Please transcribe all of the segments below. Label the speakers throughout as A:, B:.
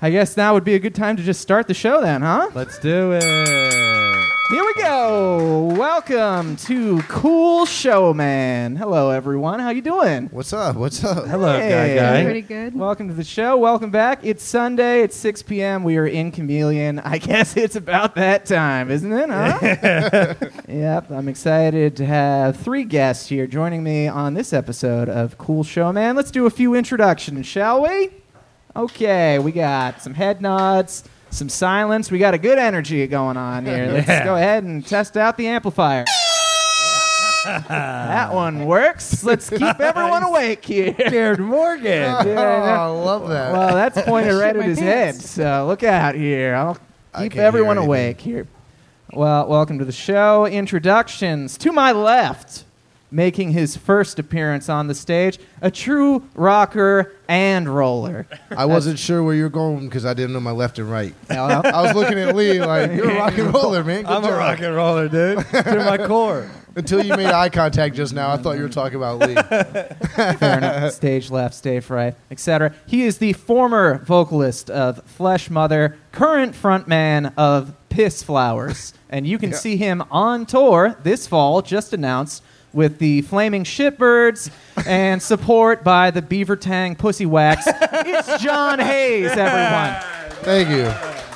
A: I guess now would be a good time to just start the show then, huh?
B: Let's do it.
A: Here we go. Welcome to Cool Showman. Hello everyone. How you doing?
C: What's up? What's up?
B: Hello,
A: Hey.
B: guy guy.
D: Pretty good.
A: Welcome to the show. Welcome back. It's Sunday. It's 6 p.m. We are in Chameleon. I guess it's about that time, isn't it? Huh? yep. I'm excited to have three guests here joining me on this episode of Cool Showman. Let's do a few introductions, shall we? Okay. We got some head nods, some silence. We got a good energy going on here. Let's
B: Yeah.
A: go ahead and test out the amplifier. that one works. Let's keep everyone awake here.
B: Jared Morgan.
A: Yeah, I know.
C: Oh, I love Oh, that.
A: Well, that's pointed right at
D: my
A: his head.
D: pants.
A: So look out here. I'll
C: I
A: keep
C: can't hear
A: everyone
C: anything.
A: awake here. Well, welcome to the show. Introductions to my left, making his first appearance on the stage, a true rocker and roller.
C: I wasn't sure where you were going because I didn't know my left and right. I was looking at Lee like, you're a rock and roller, man. Good
B: I'm a
C: job."
B: rock and roller, dude. to my core.
C: Until you made eye contact just now, I thought you were talking about Lee.
A: Fair enough. Stage left, stage right, etc. He is the former vocalist of Flesh Mother, current frontman of Piss Flowers, and you can
C: Yeah.
A: see him on tour this fall, just announced with the Flaming Shitbirds and support by the Beaver Tang Pussy Wax. it's John Hayes, everyone.
C: Thank you.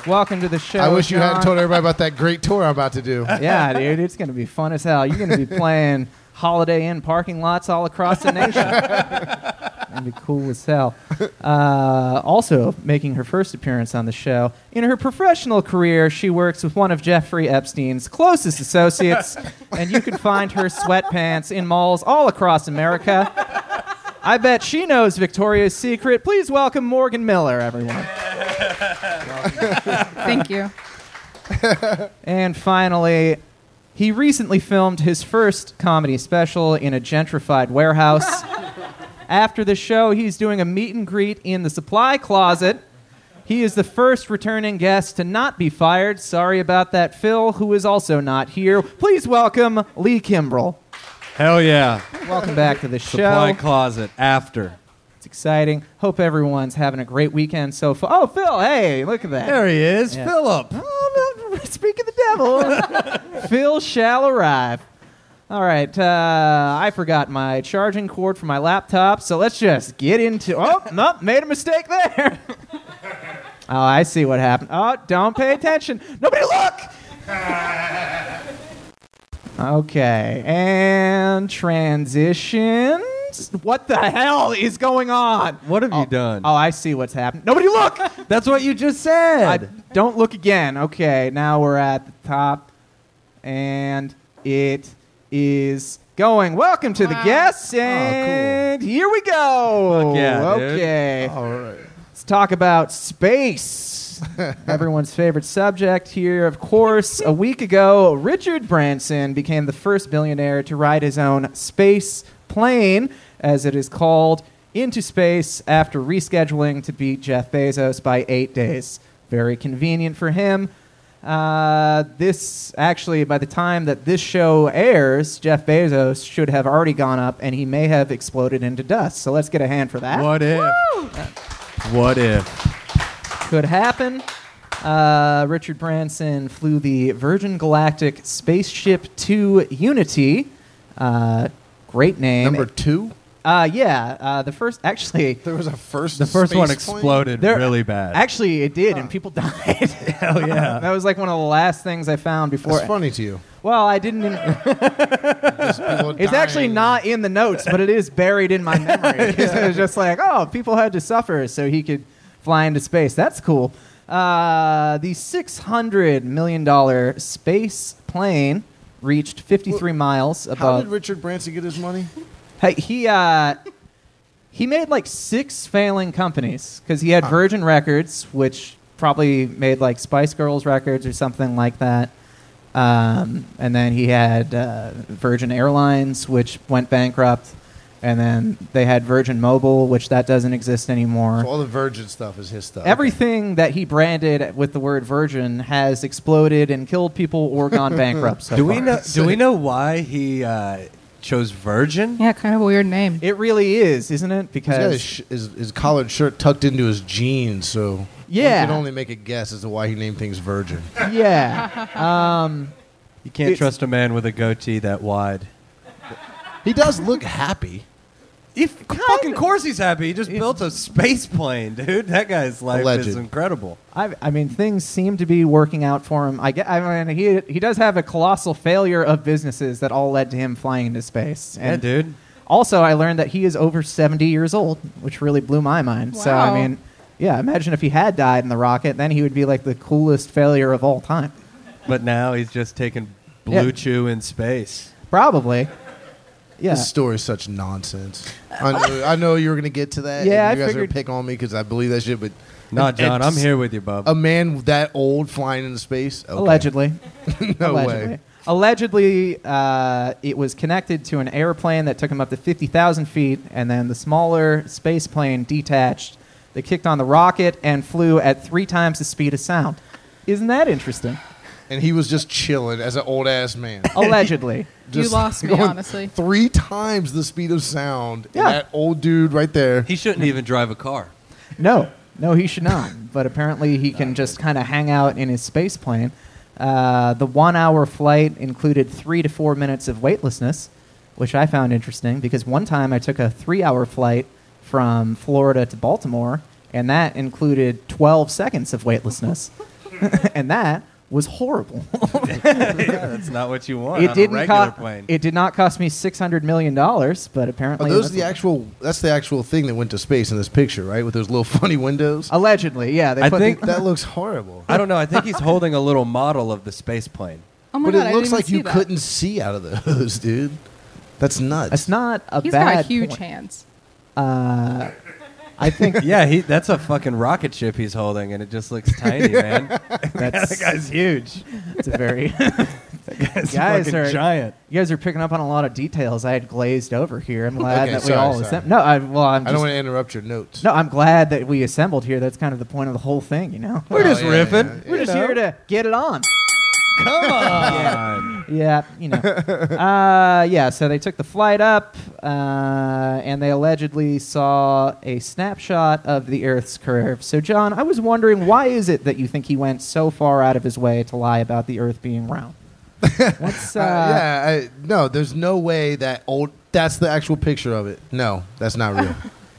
A: Welcome to the show.
C: I wish you hadn't
A: John.
C: told everybody about that great tour I'm about to do.
A: Yeah, dude, it's gonna be fun as hell. You're gonna be playing Holiday Inn parking lots all across the nation. That'd be cool as hell. Uh, also, making her first appearance on the show in her professional career, she works with one of Jeffrey Epstein's closest associates, and you can find her sweatpants in malls all across America. I bet she knows Victoria's Secret. Please welcome Morgan Miller, everyone.
D: Thank you.
A: And finally, he recently filmed his first comedy special in a gentrified warehouse. After the show, he's doing a meet and greet in the supply closet. He is the first returning guest to not be fired. Sorry about that, Phil, who is also not here. Please welcome Lee Kimbrell.
B: Hell yeah.
A: Welcome back to the show.
B: Supply closet after.
A: it's exciting. Hope everyone's having a great weekend so far. Oh, Phil, hey, look at that.
B: There he is,
A: Yeah.
B: Philip.
A: Oh, no, speak of the devil. Phil shall arrive. All right, uh, I forgot my charging cord for my laptop, so let's just get into. Oh, no, made a mistake there. oh, I see what happened. Oh, don't pay attention. Nobody look. okay, and transitions. What the hell is going on?
B: What have you
A: Oh,
B: done?
A: Oh, I see what's happened. Nobody look.
B: That's what you just
A: I
B: said.
A: don't look again. Okay, now we're at the top, and it is going. Welcome to the guests, and here we go.
B: Oh, Fuck yeah, dude. Oh,
A: okay,
C: All right.
A: let's talk about space. Everyone's favorite subject here, of course. A week ago, Richard Branson became the first billionaire to ride his own space plane, as it is called, into space after rescheduling to beat Jeff Bezos by eight days. Very convenient for him. Uh, this actually, by the time that this show airs, Jeff Bezos should have already gone up and he may have exploded into dust. So let's get a hand for that
B: what if? What if?
A: could happen. Uh, Richard Branson flew the Virgin Galactic Spaceship 2 Unity. Uh, great name.
C: Number two?
A: uh, yeah, uh, the first, actually,
C: There was a first
B: The first
C: space
B: one
C: plane?
B: exploded
A: there-
B: really bad.
A: Actually, it did, and people died. Hell
B: yeah.
A: that was like one of the last things I found before.
C: That's funny to you.
A: Well, I didn't. in-
C: Just people
A: it's actually
C: dying.
A: not in the notes, but it is buried in my memory. It was just like, oh, people had to suffer so he could fly into space. That's cool. Uh, the six hundred million dollar space plane reached fifty three miles
C: How did
A: above.
C: Richard Branson get his money?
A: Hey, he uh, he made like six failing companies because he had Virgin Records, which probably made like Spice Girls records or something like that. Um, and then he had uh, Virgin Airlines, which went bankrupt. And then they had Virgin Mobile, which that doesn't exist anymore.
C: So all the Virgin stuff is his stuff.
A: Everything that he branded with the word Virgin has exploded and killed people or gone bankrupt. So
B: do we
A: far.
B: know? Do we know why he uh, chose Virgin?
D: Yeah, kind of a weird name.
A: It really is, isn't it?
C: He's got his,
A: Because
C: sh- his, his collared shirt tucked into his jeans, so
A: Yeah.
C: one can only make a guess as to why he named things Virgin.
A: yeah,
B: You can't
A: It's-
B: trust a man with a goatee that wide.
C: He does look happy.
B: If fucking course he's happy. He just built a space plane, dude. That guy's life is
C: Alleged.
B: incredible.
A: I, I mean things seem to be working out for him. I, ge- I mean he he does have a colossal failure of businesses that all led to him flying into space.
B: Yeah,
A: And
B: dude.
A: Also, I learned that he is over 70 years old, which really blew my mind. So, I
D: Wow.
A: mean, yeah, imagine if he had died in the rocket, then he would be like the coolest failure of all time.
B: But now he's just taking Blue
A: Yeah.
B: Chew in space.
A: Probably. Yeah.
C: This story is such nonsense. I know, I know you were going to get to that.
A: Yeah,
C: and you
A: I
C: guys are going
A: figured-
C: to pick on me because I believe that shit, but.
B: Nah, John, I'm
C: it's-
B: here with you, bub.
C: A man that old flying into space? Okay.
A: Allegedly.
C: No
A: Allegedly.
C: way.
A: Allegedly, uh, it was connected to an airplane that took him up to 50,000 feet, and then the smaller space plane detached. They kicked on the rocket and flew at three times the speed of sound. Isn't that interesting?
C: And he was just chilling as an old ass man.
A: Allegedly.
D: You
C: Just
D: lost me,
C: going
D: honestly.
C: Three times the speed of sound.
A: Yeah.
C: And that old dude right there.
B: he shouldn't even drive a car.
A: No, no, he should not. But apparently, he can just kind of hang out in his space plane. Uh, the one hour flight included three to four minutes of weightlessness, which I found interesting because one time I took a three hour flight from Florida to Baltimore, and that included 12 seconds of weightlessness. and that was horrible.
B: yeah, that's not what you want.
A: it,
B: on a
A: didn't
B: regular
A: co-
B: plane.
A: it did not cost me $600 million, but
C: Are
A: apparently.
C: those
A: that's
C: the actual? That's the actual thing that went to space in this picture, right? With those little funny windows.
A: Allegedly, yeah. They
B: I
A: put
B: think-
A: the-
C: that looks horrible.
B: I don't know. I think he's holding a little model of the space plane.
D: Oh my
C: but
D: god, I
C: it
D: didn't
C: looks
D: even
C: like
D: see
C: you
D: that.
C: couldn't see out of those, dude. That's nuts.
A: that's not a
D: He's
A: bad.
D: got huge
A: point.
D: hands.
A: Uh, I think
B: Yeah, he, that's a fucking rocket ship he's holding, and it just looks tiny, man.
A: that's,
B: that guy's huge.
A: that's a very.
B: That's
A: Guys
B: fucking
A: are-
B: giant.
A: you guys are picking up on a lot of details I had glazed over here. I'm glad
C: Okay,
A: that we
C: sorry,
A: all
C: sorry.
A: assembled. No, I, well, I'm
C: I don't
A: just,
C: want to interrupt your notes.
A: no, I'm glad that we assembled here. That's kind of the point of the whole thing, you know.
B: We're
C: Oh,
B: just
C: yeah,
B: riffing.
C: yeah, yeah.
A: We're just here to get it on.
B: Come on.
A: Yeah, you know. uh, yeah, so they took the flight up, uh, and they allegedly saw a snapshot of the Earth's curve. So, John, I was wondering why is it that you think he went so far out of his way to lie about the Earth being round? What's uh,
C: Uh, yeah, I, no. There's no way that old. That's the actual picture of it. No, that's not real.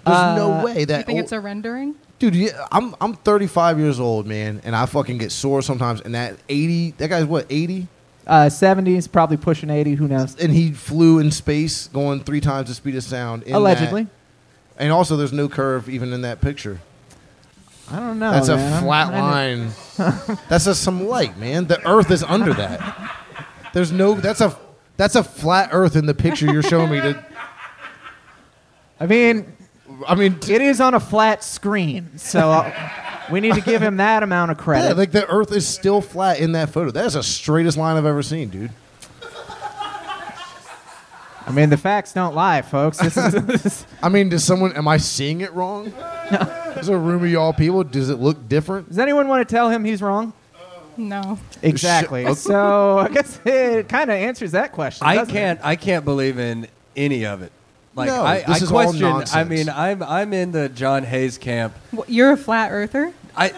C: There's
A: Uh,
C: no way that.
D: You think
C: old-
D: it's a rendering?
C: dude, yeah, I'm I'm 35 years old, man, and I fucking get sore sometimes. And that 80, that guy's what 80,
A: Uh, 70s, probably pushing 80. Who knows?
C: and he flew in space going three times the speed of sound. in that-
A: Allegedly.
C: and also there's no curve even in that picture.
A: I don't know.
C: That's
A: Oh, man.
C: a
A: I'm
C: flat
A: kinda-
C: line. that's just some light, man. The Earth is under that. There's no. That's a. That's a flat Earth in the picture you're showing me. To,
A: I mean,
C: I mean, t-
A: it is on a flat screen, so uh, we need to give him that amount of
C: yeah,
A: credit.
C: like the Earth is still flat in that photo. That is the straightest line I've ever seen, dude.
A: I mean, the facts don't lie, folks. This is, this is-
C: I mean, does someone? Am I seeing it wrong? There's a room of y'all people. Does it look different?
A: does anyone want to tell him he's wrong?
D: No.
A: Exactly.
C: Sh-
A: so I guess it kind of answers that question.
B: I
A: doesn't it?
B: can't. I can't believe in any of it. Like
C: No,
B: I,
C: this
B: I
C: is all
B: question. I
C: nonsense.
B: mean, I'm I'm in the John Hayes camp.
D: What, you're a flat earther?
B: I,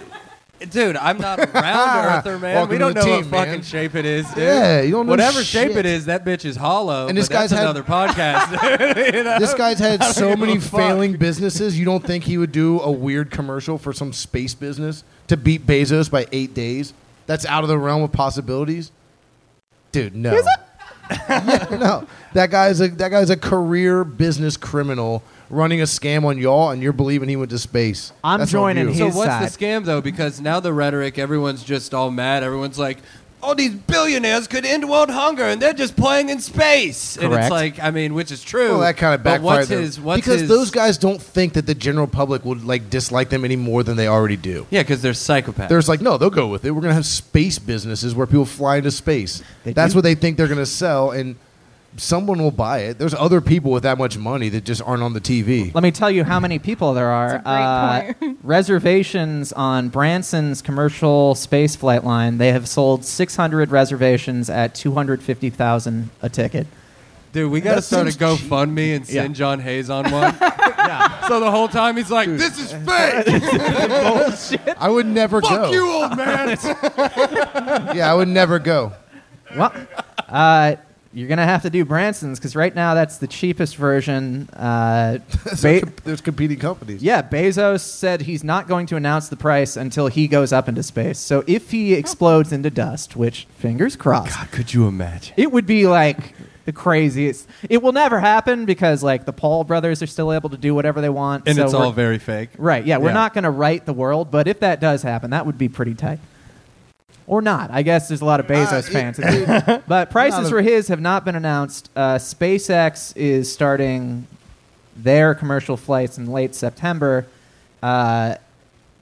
B: dude, I'm not a round earther, man.
C: Welcome
B: we don't
C: to
B: know
C: the
B: what
C: team,
B: fucking
C: man.
B: shape it is, dude.
C: Yeah, you don't know
B: Whatever shape
C: shit.
B: it is, that bitch is hollow.
C: And this
B: but that's
C: guy's had-
B: another podcast. dude, you know?
C: This guy's had so
B: give a
C: many
B: fuck.
C: failing businesses. You don't think he would do a weird commercial for some space business to beat Bezos by eight days? That's out of the realm of possibilities, dude. No, Yeah, no, that guy's a that guy's a career business criminal running a scam on y'all, and you're believing he went to space.
A: I'm
C: That's on
A: joining
C: you.
A: him.
B: So
A: his
B: what's
A: side.
B: the scam though? Because now the rhetoric, everyone's just all mad. Everyone's like, all these billionaires could end world hunger, and they're just playing in space. And it's
A: Correct.
B: like, I mean, which is true.
C: Well, that kind of
B: But
C: backfired.
B: what's
C: though.
B: his? What's
C: because
B: his-
C: those guys don't think that the general public would like dislike them any more than they already do.
B: Yeah, because they're psychopaths.
C: There's like, no, they'll go with it. We're gonna have space businesses where people fly into space.
A: They
C: That's
A: do?
C: what they think they're gonna sell, and someone will buy it. There's other people with that much money that just aren't on the TV.
A: Let me tell you how many people there are.
D: That's a great
A: Uh, reservations on Branson's commercial space flight line. They have sold 600 reservations at 250,000 a ticket.
B: Dude, we gotta
C: That
B: start a
C: seems cheap.
B: GoFundMe and send John Hayes on one. So the whole time he's like, "This is fake.
C: I would never go.
B: Fuck you, old man."
C: Yeah, I would never go.
A: Well, uh, you're gonna have to do Branson's because right now that's the cheapest version. Uh, Be-
C: There's competing companies.
A: yeah, Bezos said he's not going to announce the price until he goes up into space. So if he explodes into dust, which fingers crossed,
B: could you imagine?
A: it would be like the craziest. It will never happen because like the Paul brothers are still able to do whatever they want.
B: And
A: so
B: it's all
A: we're-
B: very fake.
A: right. Yeah, we're
B: Yeah.
A: not gonna right the world, but if that does happen, that would be pretty tight. Or not. I guess there's a lot of Bezos
C: it-
A: fans. but prices
C: Not a-
A: for his have not been announced. Uh, SpaceX is starting their commercial flights in late September. Uh,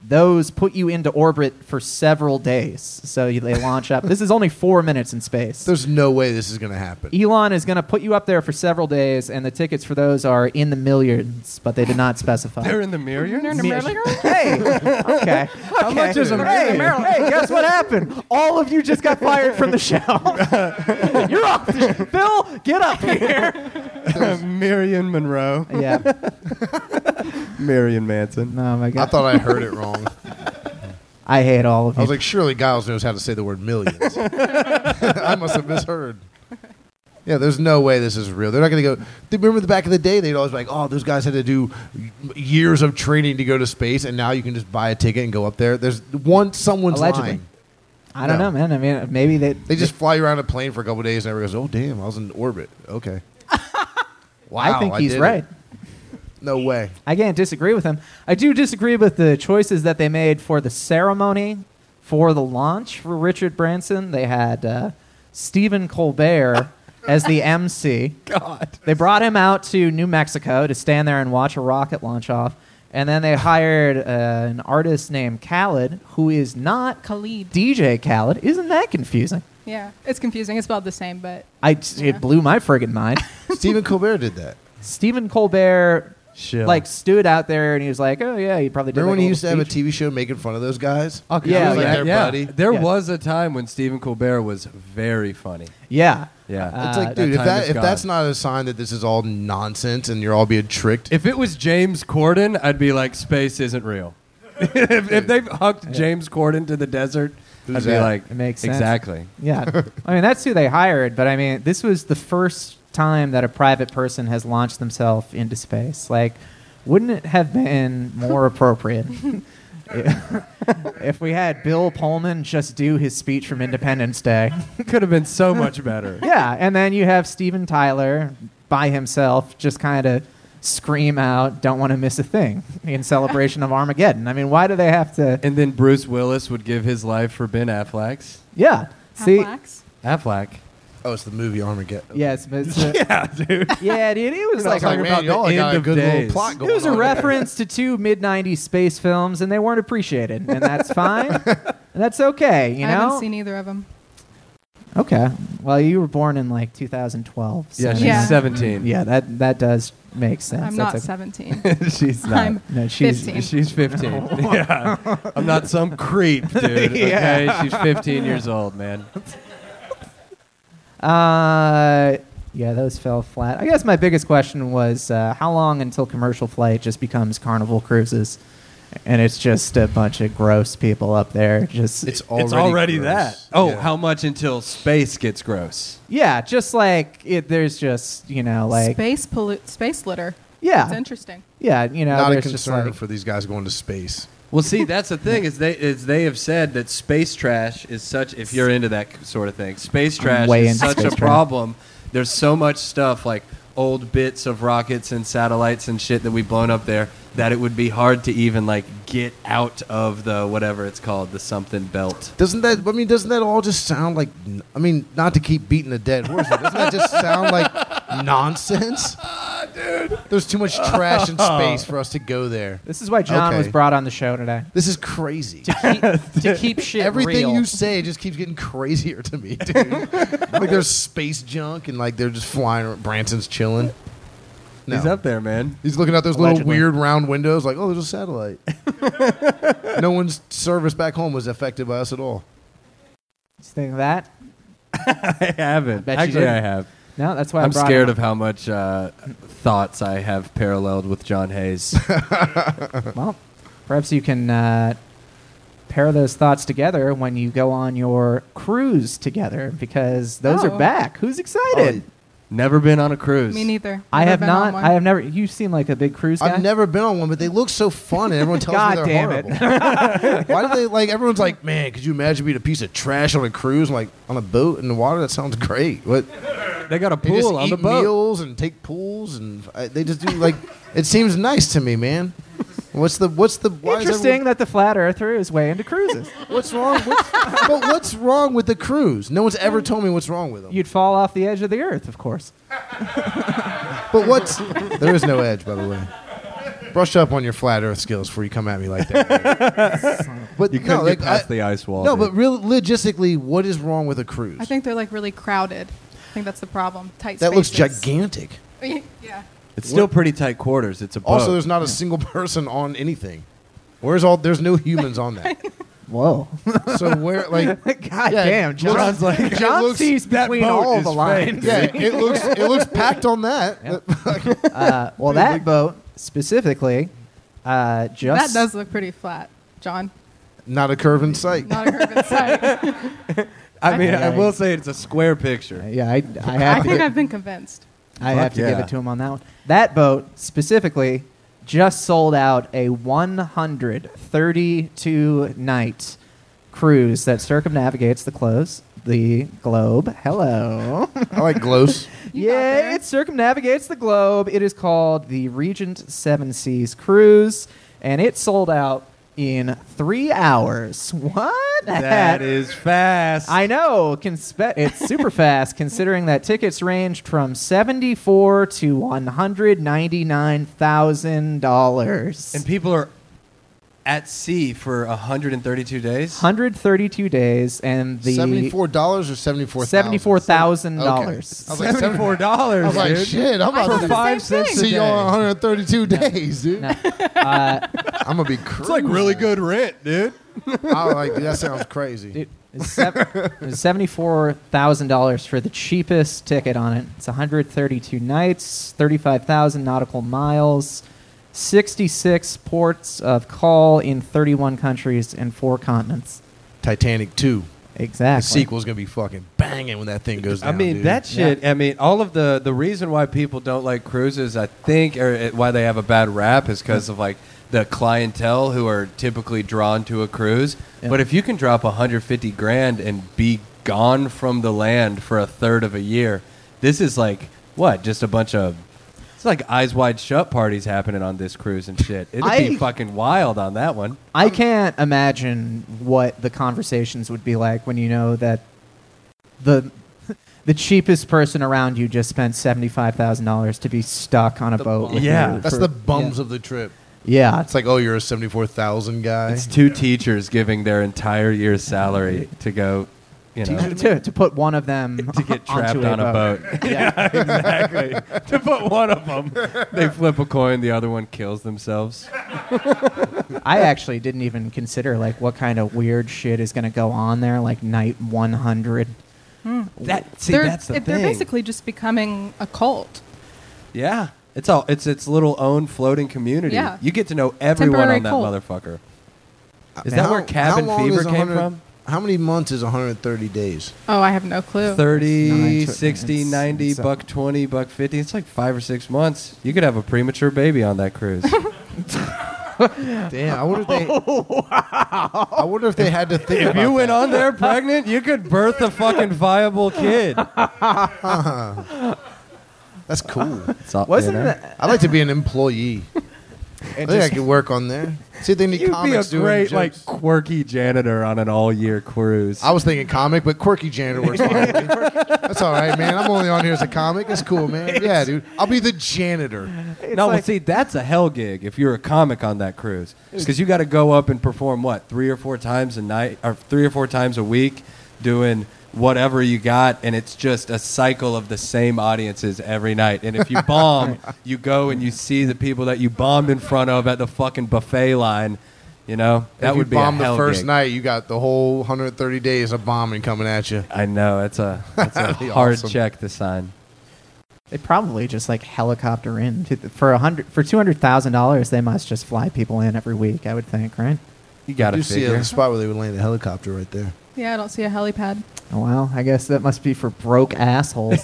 A: those put you into orbit for several days. So you- they launch up. This is only four minutes in space.
C: There's no way this is going to happen.
A: Elon is going to put you up there for several days, and the tickets for those are in the millions, but they did not specify.
B: They're in the mirror.
D: You're in
A: Me-
D: America?
A: hey, okay. How
C: "Oh." much is a
A: hey,
C: Maryland?
A: hey, guess what happened? All of you just got fired from the show. You're off. the- Phil, get up here.
B: Marion Monroe.
A: Yeah.
B: Marion Manson.
A: No, my God.
C: I thought I heard it wrong.
A: I hate all of
C: I
A: you.
C: was like, surely Giles knows how to say the word millions. I must have misheard. Yeah, there's no way this is real. They're not going to go. They remember the back of the day, they'd always be like, oh, those guys had to do years of training to go to space, and now you can just buy a ticket and go up there. There's one, someone's
A: Allegedly.
C: lying.
A: I don't
C: no.
A: know, man. I mean, maybe they.
C: They just fly around a plane for a couple days, and everyone goes, oh, damn, I was in orbit. Okay. wow.
A: I think he's
C: did it.
A: right.
C: No way.
A: I can't disagree with him. I do disagree with the choices that they made for the ceremony for the launch for Richard Branson. They had uh, Stephen Colbert as the MC.
B: God.
A: They brought him out to New Mexico to stand there and watch a rocket launch off. And then they hired uh, an artist named Khaled, who is not
D: Khalid.
A: DJ Khaled. Isn't that confusing?
D: Yeah, it's confusing. It's spelled the same, but
A: I, It blew my friggin' mind.
C: Stephen Colbert did that.
A: Stephen Colbert
B: Shill.
A: like stood out there and he was like, "Oh yeah, he probably did."
C: Remember
A: like,
C: when he
A: a
C: Oh, used to have
A: little
C: a
A: speech.
C: TV show making fun of those guys?
A: Yeah,
C: He was like
A: yeah,
C: their buddy.
B: There
A: Yeah.
B: was a time when Stephen Colbert was very funny.
A: Yeah,
B: Yeah.
A: Uh,
C: It's like,
A: that
C: dude, if
B: time
C: that
B: is
C: if
B: gone.
C: that's not a sign that this is all nonsense and you're all being tricked,
B: If it was James Corden, I'd be like, space isn't real. if, if they've hucked James Corden to the desert,
C: Who's
B: I'd be
C: that?
B: like,
A: It makes sense.
B: exactly.
A: yeah. I mean, that's who they hired, but I mean, this was the first time that a private person has launched themselves into space. Like, wouldn't it have been more appropriate? if we had Bill Pullman just do his speech from Independence Day.
B: Could have been so much better.
A: Yeah, and then you have Steven Tyler by himself just kind of scream out, don't want to miss a thing in celebration of Armageddon. I mean, why do they have to?
B: And then Bruce Willis would give his life for Ben Affleck's.
A: Yeah. See?
D: Aflax.
B: Affleck.
C: oh, it's the movie Armageddon.
A: Yes, but it's, uh,
B: Yeah, dude.
A: yeah, dude, it was
C: I
A: like,
C: was like,
A: a,
C: man,
B: about
C: y'all
B: the
C: got
B: end
C: a
B: of
C: good
B: days.
C: little plot going
A: it was a
C: on there.
A: reference to two mid '90s space films, and they weren't appreciated, and that's fine, and that's okay, you
D: I haven't
A: know.
D: seen either of them.
A: okay, well, you were born in like 2012. So
B: Yeah, she's
D: Yeah.
B: 17.
A: yeah, that that does make sense.
D: I'm
A: That's
D: not
A: okay.
D: 17.
B: she's not.
D: I'm
A: No, she's
D: 15.
B: She's 15. yeah. I'm not some creep, dude. Okay? She's 15 years old, man.
A: Uh, yeah, those fell flat. I guess my biggest question was uh, how long until commercial flight just becomes carnival cruises, and it's just a bunch of gross people up there. Just
C: It's already,
B: it's already
C: gross.
B: that. Oh,
C: Yeah.
B: how much until space gets gross?
A: yeah, just like it, there's just you know like
D: space pollute, space litter. It's
A: yeah,
D: interesting.
A: yeah, you know,
C: not a
A: there's just
C: concern
A: like-
C: for these guys going to space.
B: Well, see, that's the thing is they is they have said that space trash is such if you're into that c- sort of thing, space
A: I'm
B: trash
A: way
B: is
A: into
B: such
A: space
B: a
A: trash.
B: problem. There's so much stuff like old bits of rockets and satellites and shit that we've blown up there that it would be hard to even like get out of the whatever it's called the something belt.
C: Doesn't that? I mean, doesn't that all just sound like? I mean, not to keep beating a dead horse. but doesn't that just sound like nonsense? Ah, Dude, there's too much trash in space for us to go there.
A: This is why John
C: Okay.
A: was brought on the show today.
C: This is crazy.
A: To keep, to keep shit
C: Everything
A: real.
C: you say just keeps getting crazier to me, dude. like there's space junk and like they're just flying. around. Branson's chilling. No.
B: He's up there, man.
C: He's looking out those little
A: Allegedly.
C: weird round windows, like, oh, there's a satellite. no one's service back home was affected by us at all.
A: Just think of that.
B: I haven't.
A: bet you
B: Actually,
A: did.
B: I have.
A: No, that's why I
B: I'm
A: brought
B: scared
A: it
B: of how much uh, thoughts I have paralleled with John Hayes.
A: up. Well, perhaps you can uh, pair those thoughts together when you go on your cruise together because those are
D: Oh.
A: back. Who's excited?
B: Oh, Never been on a cruise.
D: Me neither.
A: I
D: Never
A: have
D: been on
A: not.
D: one.
A: I have never. You seem like a big cruise guy.
C: I've never been on one, but they look so fun, and everyone tells
A: God
C: me
A: damn
C: they're
A: it.
C: horrible. Why do they like? Everyone's like, "Man, could you imagine being a piece of trash on a cruise, like on a boat in the water? That sounds great." What
B: They got a
C: they just
B: pool on
C: eat
B: the boat.
C: meals and take pools, and uh, they just do like. it seems nice to me, man. What's the what's the why is
A: Interesting
C: everyone-
A: that the flat earther is way into cruises.
C: what's wrong? What's, but what's wrong with the cruise? No one's ever told me what's wrong with them.
A: You'd fall off the edge of the earth, of course.
C: But what's there is no edge, by the way. Brush up on your flat Earth skills before you come at me like that. but
B: You couldn't
C: no, like,
B: get past
C: I-
B: the ice wall.
C: no,
B: dude.
C: but real logistically, what is wrong with a cruise?
D: I think they're like really crowded. I think that's the problem. Tight.
C: that looks
D: spaces.
C: gigantic.
D: yeah.
B: it's still pretty tight quarters. It's a boat.
C: Also, there's not a single person on anything. Where's all? There's no humans on that.
A: Whoa.
C: So where, like,
A: God damn,
C: it looks-
A: John's like
C: it
A: John
C: looks-
A: sees
B: that
A: between
B: boat
A: all
B: is
A: the
B: fake.
A: lines.
C: yeah, it looks it looks packed on that.
A: Uh, well, that boat specifically, uh, just
D: That does look pretty flat, John.
C: Not a curve in sight.
D: Not a curve in sight.
B: I mean,
A: Yeah,
B: I
A: yeah.
B: will say it's a square picture.
A: Yeah, I, I
D: I
A: have to,
D: think
A: gi-
D: I've been convinced.
A: I have
B: Fuck
A: to give
B: yeah.
A: it to him on that one. That boat specifically just sold out a 132 night cruise that circumnavigates the close the globe. Hello.
C: I like glows.
D: You
A: yeah,
D: got there.
A: it circumnavigates the globe. It is called the Regent Seven Seas Cruise, and it sold out in three hours. What?
B: That is fast.
A: I know. Conspe- it's super fast, considering that tickets ranged from seventy-four to one hundred ninety-nine thousand dollars.
B: and people are at sea for 132 days.
A: Hundred thirty-two days, and the
C: Seventy-four dollars or seventy-four.
A: seventy-four thousand dollars.
C: I was like,
B: Seventy-four
C: I was
B: dollars,
C: like,
B: dude.
C: shit, I'm
D: I
C: about
D: thought
C: to
D: the
B: five
D: same
B: cents
D: thing.
B: a
C: see you
B: day.
C: on 132 days, dude.
A: Uh,
C: I'm gonna be crazy.
B: It's like really good rent, dude.
C: I was like, that sounds crazy.
A: dude, it's sev- it was seventy-four thousand dollars for the cheapest ticket on it. It's one hundred thirty-two nights, thirty-five thousand nautical miles. 66 ports of call in 31 countries and four continents.
C: Titanic 2. The
A: Exactly.
C: sequel's gonna be fucking banging when that thing goes
B: I
C: down.
B: mean
C: dude.
B: that shit. I mean all of the the reason why people don't like cruises, I think, or uh, why they have a bad rap is because of like the clientele who are typically drawn to a cruise.
A: Yeah.
B: But if you can drop 150 grand and be gone from the land for a third of a year, this is like what? Just a bunch of it's like eyes wide shut parties happening on this cruise and shit. It'd
A: I-
B: be fucking wild on that one.
A: I can't imagine what the conversations would be like when you know that the the cheapest person around you just spent seventy five thousand dollars to be stuck on a boat. with
B: Yeah.
A: you
C: That's
A: for-
C: the bums of the trip.
A: yeah.
C: It's like, oh, you're a 74,000 guy.
B: It's two teachers giving their entire year's salary to go, you know.
A: To, to, to put one of them
B: to get trapped
A: onto
B: on a boat.
A: Yeah.
B: exactly. to put one of them, they flip a coin, the other one kills themselves.
A: I actually didn't even consider like what kind of weird shit is going to go on there, like night one hundred.
B: That see,
D: They're,
B: that's the
D: it-
B: thing.
D: they're basically just becoming a cult.
B: yeah, it's all it's its little own floating community.
D: Yeah.
B: You get to know everyone
D: Temporary
B: on that
D: cult.
B: motherfucker. Is that where cabin
C: long
B: fever
C: is
B: came
C: 100
B: from?
C: How many months is 130 days?
D: Oh, I have no clue.
B: 30,
A: It's nine,
B: 60,
A: it's-
B: 90,
A: it's, uh,
B: buck 20, buck 50. It's like five or six months. You could have a premature baby on that cruise.
C: Damn, I wonder if they. I wonder if they had to think.
B: if
C: about
B: you went
C: that.
B: on there pregnant, you could birth a fucking viable kid.
C: that's cool.
B: It's all- you
A: Wasn't
B: know?
A: that
C: I'd like to be an employee. I
A: it
C: think I
A: just-
C: could work on there. See if they need
B: You'd be a
C: comics doing
B: great,
C: jokes.
B: like, quirky janitor on an all-year cruise.
C: I was thinking comic, but quirky janitor works fine. with me. That's all right, man. I'm only on here as a comic. That's cool, man. Yeah, dude. I'll be the janitor.
A: it's
B: no,
A: like-
B: well, see, that's a hell gig if you're a comic on that cruise, because you got to go up and perform what three or four times a night, or three or four times a week, doing whatever you got, and it's just a cycle of the same audiences every night. And if you bomb, you go and you see the people that you bombed in front of at the fucking buffet line. You know that
C: if you
B: would be
C: bomb
B: a hell
C: the first
B: gig.
C: night, you got the whole 130 days of bombing coming at you.
B: I know it's a it's a
C: be
B: hard
C: awesome.
B: check to sign.
A: They probably just like helicopter in to the, for a hundred for two hundred thousand dollars. They must just fly people in every week. I would think, right?
B: You got
C: You
B: to
C: see a
B: figure.
C: spot where they would land a helicopter right there.
D: Yeah, I don't see a helipad.
A: Oh, well, I guess that must be for broke assholes.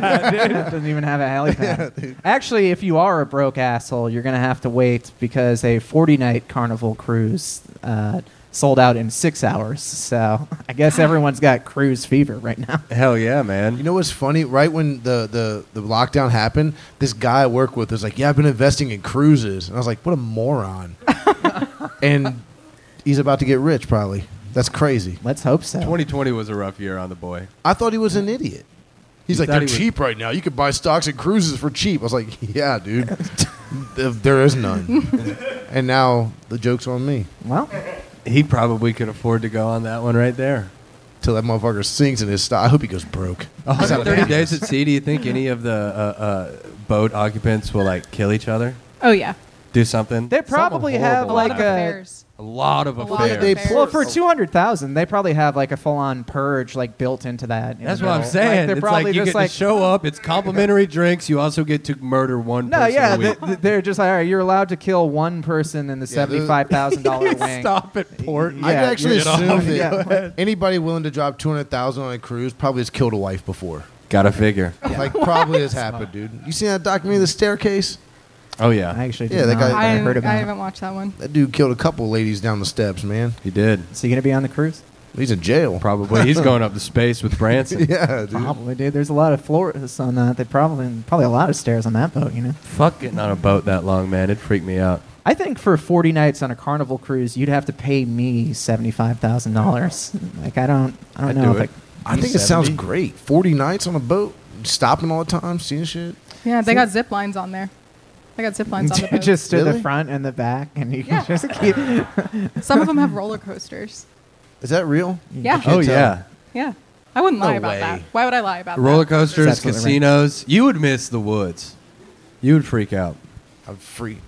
A: doesn't even have a helipad. Actually, if you are a broke asshole, you're going to have to wait because a 40 night carnival cruise uh, sold out in six hours. So I guess everyone's got cruise fever right now.
B: Hell yeah, man.
C: You know what's funny? Right when the, the, the lockdown happened, this guy I work with was like, Yeah, I've been investing in cruises. And I was like, What a moron. and he's about to get rich, probably. That's crazy.
A: Let's hope so.
B: 2020 was a rough year on the boy.
C: I thought he was an idiot. He's
B: You
C: like,
B: thought
C: They're
B: he was-
C: cheap right now. You could buy stocks and cruises for cheap. I was like, Yeah, dude. Th- there is none. and now the joke's on me.
A: Well,
B: He probably could afford to go on that one right there.
C: Till that motherfucker sinks in his stock. I hope he goes broke.
B: Oh,
C: He's out of
B: 130
C: business.
B: days at sea. Do you think any of the uh, uh, boat occupants will like kill each other?
D: Oh yeah,
B: Do something?
A: they probably
C: horrible
A: have
C: will
A: like
D: Lot of
A: a.
D: affairs.
B: a lot of
D: A lot of
B: affairs.
C: They
D: affairs.
A: Well, for two hundred thousand, they probably have like a full-on purge, like built into that. in
B: That's
A: the
B: what I'm
A: middle.
B: saying.
A: Like, they're
B: it's
A: probably
B: like you
A: just
B: get
A: like
B: to show up. It's complimentary drinks. You also get to murder one.
A: No,
B: person
A: yeah,
B: a
A: they,
B: week.
A: they're just like, all right, you're allowed to kill one person in the
C: Yeah, they're-
A: seventy-five thousand dollar wing.
B: Stop at port.
A: Yeah.
C: I'd actually
B: you're- Get off.
C: assume
A: Yeah.
C: that anybody willing to drop two hundred thousand on a cruise probably has killed a wife before.
B: Gotta figure.
C: Like probably has happened, dude. You seen that documentary, The Staircase?
B: Oh yeah,
A: I actually
C: Yeah,
A: did
C: that
A: not.
C: guy-
A: but
D: I,
A: I, heard
D: I
A: about. it.
D: haven't watched that one.
C: That dude killed a couple ladies down the steps, man.
B: he did.
A: So you gonna be on the cruise?
C: He's in jail.
B: Probably he's going up to space with Branson.
C: Yeah, dude.
A: Probably, dude. There's a lot of floors on that. They probably probably a lot of stairs on that boat. You know.
B: Fuck getting on a boat that long, man. It freaked me out.
A: I think for 40 nights on a carnival cruise, you'd have to pay me seventy-five thousand dollars. Like I don't, I don't
B: I'd
A: know
B: do
A: if
B: it.
A: I.
C: I think it sounds
A: 70?
C: great. Forty nights on a boat, stopping all the time, seeing shit.
D: Yeah, they got zip lines on there. They got zip lines on the boat.
A: just to the
C: Really?
A: front and the back, and you can
D: Yeah.
A: just keep.
D: Some of them have roller coasters.
C: Is that real?
D: Yeah,
C: Can't
B: oh
C: tell.
B: yeah,
D: yeah. I wouldn't lie
C: No
D: about
C: way.
D: that. Why would I lie about
B: roller
D: that?
B: coasters,
A: That's absolutely right.
B: casinos. You would miss the woods. You would freak out.
C: I'm free.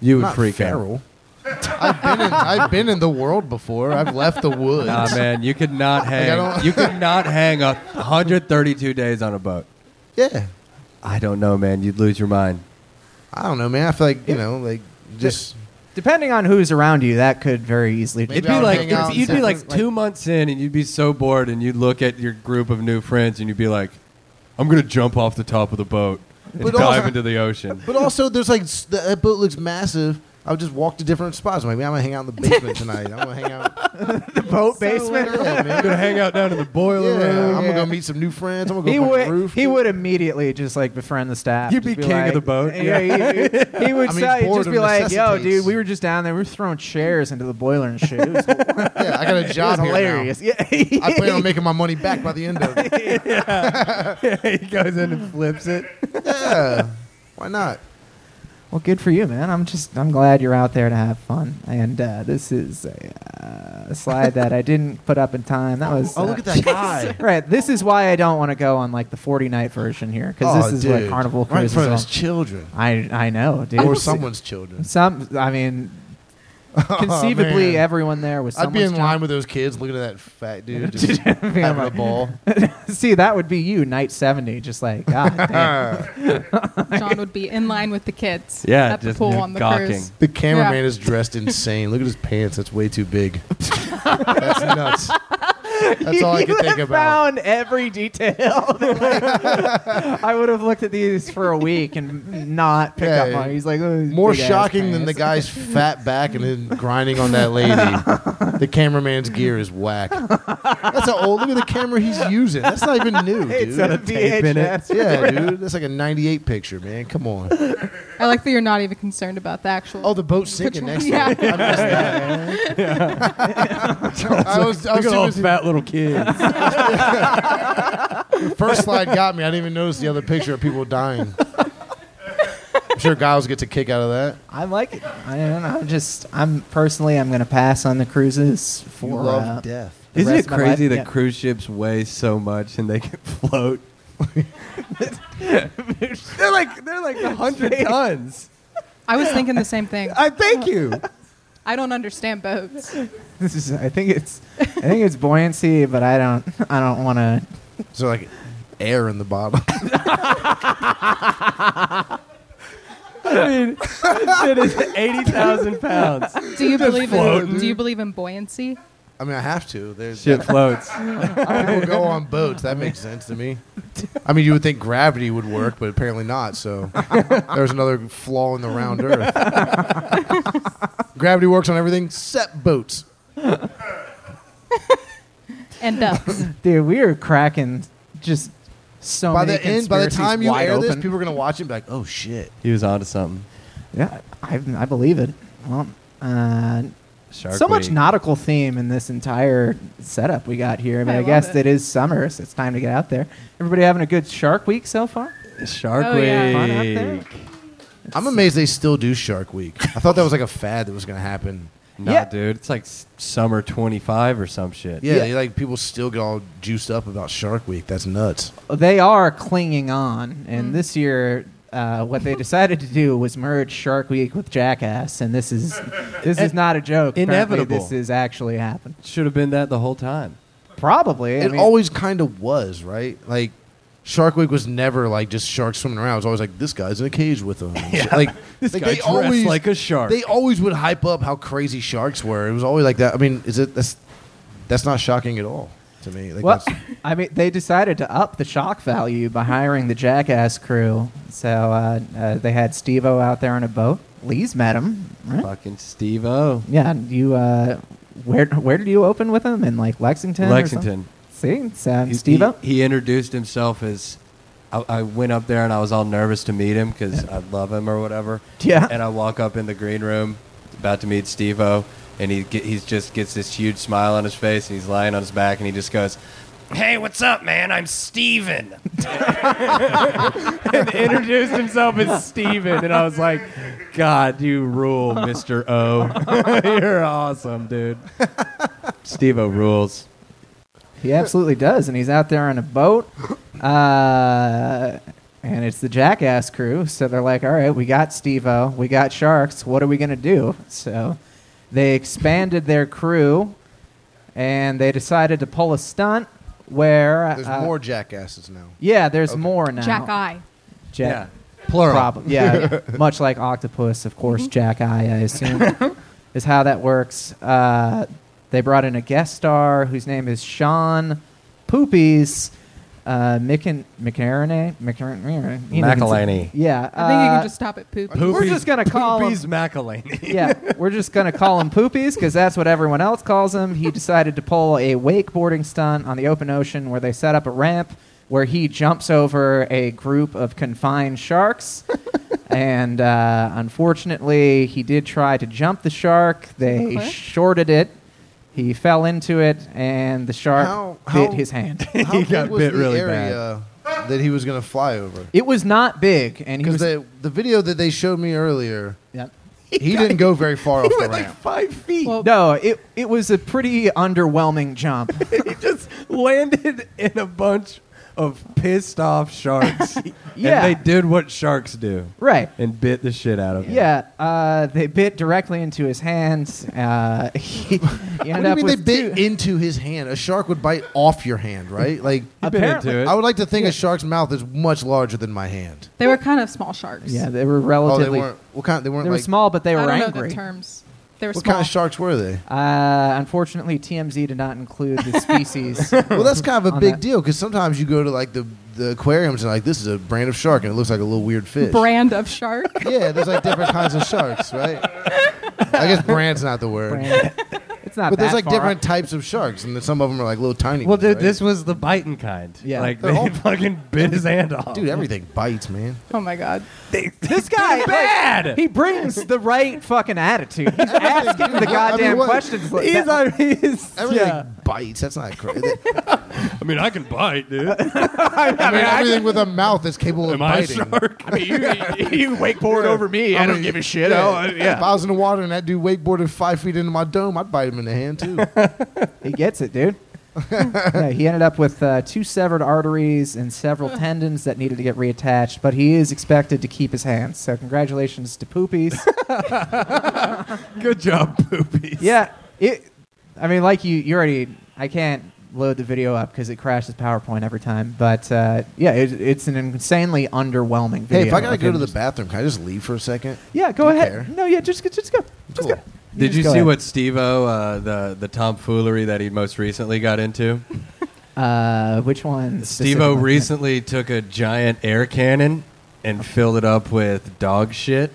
B: You would
C: Not
B: freak out.
C: feral. I've been in, I've been in the world before. I've left the woods.
B: Nah, man, you could not hang.
C: don't-
B: you could not hang a 132 days on a boat.
C: Yeah.
B: I don't know, man. You'd lose your mind.
C: I don't know, man. I feel like you know, like just
A: Depending on who's around you, that could very easily.
C: Maybe
B: It'd
C: I
B: be
C: would
B: like
C: hang
B: it'd-
C: out in
B: you'd be
C: San
B: like
C: Francisco.
B: two months in, and you'd be so bored, and you'd look at your group of new friends, and you'd be like, "I'm gonna jump off the top of the boat and
C: But
B: dive
C: also-
B: into the ocean."
C: But also, there's like s- the that boat looks massive. I would just walk to different spots. Maybe I'm gonna hang out in the basement tonight. I'm gonna hang out.
A: the boat
C: Yeah, man.
B: I'm gonna hang out down in the boiler
C: Yeah,
B: room.
C: I'm gonna
A: Yeah.
C: go meet some new friends. I'm gonna go
A: He
C: up on
A: would,
C: the roof.
A: he would immediately just like befriend the staff.
B: You'd
A: Just
B: be king of
A: like-
B: the boat.
A: Yeah, he, he would
C: I mean,
A: say, he'd just
C: boredom
A: be like, "Yo,
C: necessitates-
A: dude, we were just down there. We were throwing chairs into the boiler and shit. It was, it
C: Yeah, I got a
A: was
C: job here
A: hilarious. Yeah,
C: now. I plan on making my money back by the end of it.
B: he goes in and flips it.
C: Yeah, why not?
A: Well, good for you, man. I'm just I'm glad you're out there to have fun. And uh, this is a uh, slide that I didn't put up in time. That was.
C: Oh,
A: uh,
C: look at that guy.
A: Right, this is why I don't want to go on like the 40 night version here because
C: Oh,
A: this is
C: dude.
A: what Carnival
C: right in
A: Cruise
C: front of his
A: is.
C: children
A: All. I I know, dude.
C: or someone's children.
A: Some, I mean, conceivably,
C: Oh, man.
A: everyone there was.
C: I'd be in
A: someone's
C: line with those kids, looking at that fat dude just having a ball.
A: child. See, that would be you, night seventy, just like God damn.
D: John would be in line with the kids.
B: Yeah,
D: at the
B: just
D: pool on the
B: gawking.
D: cruise.
C: The cameraman
D: Yeah.
C: is dressed insane. Look at his pants. That's way too big. That's nuts. That's all I
A: you
C: could think
A: have
C: about.
A: found every detail. I would have looked at these for a week and not picked
C: Yeah,
A: up on. it. He's like "Oh,
C: More
A: big-ass
C: shocking than the
A: pants."
C: guy's fat back and then grinding on that lady. the cameraman's gear is whack. That's how old. Look at the camera he's using. That's not even new, dude.
A: It's a
B: tape in it.
A: VHS.
C: yeah, dude. That's like a '98 picture, man. Come on.
D: I like that you're not even concerned about the actual.
C: Oh, the boat's sinking next. to
D: Yeah.
C: it. I missed that. I was, I was
B: Look at
C: too
B: all
C: busy-
B: fat little kids.
C: First slide got me. I didn't even notice the other picture of people dying. I'm sure Giles gets a kick out of that.
A: I like it. I don't know. I'm just, I'm personally, I'm gonna pass on the cruises for.
C: You love
A: uh,
C: death.
A: the
B: Isn't
A: rest
B: it
A: of my life.
B: crazy that
A: Yeah.
B: cruise ships weigh so much and they can float? they're like they're like hundred tons.
D: I was thinking the same thing.
B: I thank you.
D: I don't understand boats.
A: This is. I think it's. I think it's buoyancy, but I don't. I don't want to.
C: So like, air in the bottom.
B: I mean, that shit is 80,000 pounds.
D: Do you believe
C: floating.
D: in Do you believe in buoyancy?
C: I mean, I have to. There's
B: Shit floats.
C: people go on boats. That makes sense to me. I mean, you would think gravity would work, but apparently not. So there's another flaw in the round earth. gravity works on everything except boats.
D: And ducks.
A: Dude, we are cracking just so
C: by
A: many
C: the end, by the
A: conspiracies
C: time you
A: wide
C: air this,
A: open.
C: people are gonna watch it and be like, "Oh shit."
B: He was onto something.
A: yeah, I, I believe it. Well, uh,
B: Shark
A: so much
B: week.
A: nautical theme in this entire setup we got here. I mean, I,
D: I love
A: guess
D: it.
A: it is summer, so it's time to get out there. Everybody having a good Shark Week so far?
B: Shark
D: Oh,
B: week.
D: yeah.
A: Fun out there?
C: I'm amazed they still do Shark Week. I thought that was like a fad that was gonna happen.
B: Nah,
A: Yeah.
B: dude. It's like s- summer 25 or some shit.
C: Yeah,
A: Yeah.
C: they, like people still get all juiced up about Shark Week. That's nuts.
A: They are clinging on,
D: Mm.
A: and this year. Uh, what they decided to do was merge Shark Week with Jackass, and this is this is not a joke. Apparently,
B: Inevitable.
A: this is actually happened.
B: Should have been that the whole time.
A: Probably, I
C: it
A: mean-
C: always kind of was, right? Like Shark Week was never like just sharks swimming around. It was always like this guy's in a cage with them. And shit. Like
B: This
C: like,
B: guy dressed like a shark.
C: They always would hype up how crazy sharks were. It was always like that. I mean, is it that's that's not shocking at all to me. Like,
A: Well,
C: that's-
A: I mean, they decided to up the shock value by hiring the Jackass crew. So uh, uh, they had Steve-O out there on a boat. Lee's met him, right?
B: Fucking Steve O.
A: Yeah, and you. Uh, where where did you open with him in like Lexington? or
B: Lexington.
A: something? See, so Steve-O.
B: He, he introduced himself as. I, I went up there and I was all nervous to meet him because I love him or whatever.
A: Yeah.
B: And I walk up in the green room, about to meet Steve O, and he get, he's just gets this huge smile on his face and he's lying on his back and he just goes, "Hey, what's up, man? I'm Steven. and introduced himself as Steven. and I was like, "God, you rule, Mister O. You're awesome, dude. Steve O rules."
A: He absolutely does, and he's out there on a boat. Uh, and it's the Jackass crew, so they're like, "All right, we got Steve-O, we got sharks. What are we gonna do?" So they expanded their crew, and they decided to pull a stunt where
C: there's
A: uh,
C: more jackasses now.
A: Yeah, there's more now.
D: Jack Eye.
A: Jack-
B: Plural.
A: prob- yeah, much like octopus, of course.
D: Mm-hmm.
A: Jack Eye, I assume, is how that works. Uh, they brought in a guest star whose name is Sean Poopies. Uh, Mickin- McInerney? McInerney? You know, it's-
B: McElhaney.
A: Yeah.
D: I think you
A: uh,
D: can just stop at poop.
C: Poop.
A: We're just gonna call
B: Poopies
A: him-
B: McElhaney.
A: yeah, we're just going to call him Poopies because that's what everyone else calls him. He decided to pull a wakeboarding stunt on the open ocean where they set up a ramp where he jumps over a group of confined sharks. and uh, unfortunately, he did try to jump the shark. They
D: Okay.
A: shorted it. He fell into it, and the shark
C: How-
A: bit
C: how-
A: his hand.
C: How big
B: got
C: was
B: bit
C: the
B: really
C: area that he was gonna fly over?
A: it was not big, and he was.
C: Because the the video that they showed me earlier,
A: Yep.
C: he didn't go very far off the ramp.
B: five feet.
D: Well-
A: No, it, it was a pretty underwhelming jump.
B: he just landed in a bunch of pissed off sharks.
A: Yeah.
B: And they did what sharks do.
A: right.
B: And bit the shit out of him.
A: Yeah, uh, they bit directly into his hands. Uh, he, he
C: What
A: ended
C: do you
A: up
C: mean they
A: with
C: bit
A: two-
C: into his hand? A shark would bite off your hand, right? Like,
B: He bit
A: Apparently-
B: into it.
C: I would like to think a shark's mouth is much larger than my hand.
D: They were kind of small sharks.
A: yeah, they were
C: Oh, they
A: relatively.
C: weren't. What kind? They weren't
A: they were
C: like.
A: small, but they were
D: I don't know
A: angry.
D: the terms. They were
C: What
D: small.
C: kind of sharks were they?
A: uh, unfortunately, TMZ did not include the species.
C: Well, that's kind of a
A: On
C: big
A: that.
C: deal because sometimes you go to like the, the aquariums and like this is a brand of shark and it looks like a little weird fish.
D: Brand of shark.
C: Yeah, there's like different kinds of sharks, right? I guess brand's not the word,
A: brand. It's not.
C: but there's
A: that
C: like
A: far
C: different
A: off.
C: types of sharks and then some of them are like little tiny.
B: Well,
C: ones,
B: dude,
C: right?
B: this was the biting kind.
A: Yeah.
B: Like,
C: They're
B: they
C: all-
B: fucking bit his hand off.
C: dude, everything bites, man.
D: oh my god.
A: This guy, like,
B: bad.
A: he brings the right fucking attitude. He's asking the
C: dude. I mean,
A: goddamn
C: what-
A: questions. like
B: he's
A: that.
B: on, he's,
C: Everything
B: yeah.
C: bites. That's not crazy.
B: I mean, I can bite, dude.
C: I mean, everything with a mouth is capable of biting.
B: I mean, you, you wakeboard
C: Yeah.
B: over me. I,
C: mean,
B: don't give a shit.
C: yeah.
B: Oh, I-
C: If
B: yeah.
C: I was in the water and that dude wakeboarded five feet into my dome, I'd bite him in the hand too.
A: He gets it, dude. yeah, he ended up with uh, two severed arteries and several tendons that needed to get reattached, but he is expected to keep his hands. So, congratulations to Poopies.
B: Good job, poopies.
A: yeah, it. I mean, like you, you already. I can't load the video up because it crashes PowerPoint every time. But uh, yeah, it, it's an insanely underwhelming video.
C: Hey, if I gotta
A: of
C: go
A: him
C: to the
A: just-
C: bathroom, can I just leave for a second?
A: yeah, go
C: Do you
A: ahead.
C: care?
A: No, yeah, just just go, just
C: Cool.
A: go.
B: Did
A: just
B: you
A: go
B: see
A: ahead.
B: what Steve-O, uh, the the tomfoolery that he most recently got into?
A: Uh, which one?
B: Steve-O
A: specifically?
B: recently took a giant air cannon and filled it up with dog shit,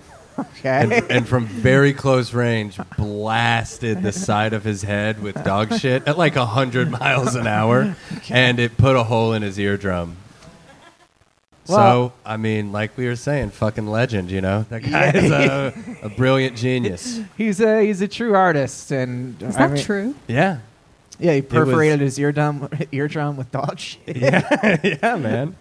B: and,
A: Okay.
B: and from very close range blasted the side of his head with dog shit at like hundred miles an hour, and it put a hole in his eardrum.
A: Well-
B: so I mean, like we were saying, fucking legend, you know. That guy is a, a brilliant genius.
A: he's a he's a true artist, and
D: Is
A: I
D: that
A: mean-
D: true?
B: Yeah,
A: Yeah, he
B: was-
A: perforated his eardrum eardrum with dog shit.
B: yeah, yeah, man.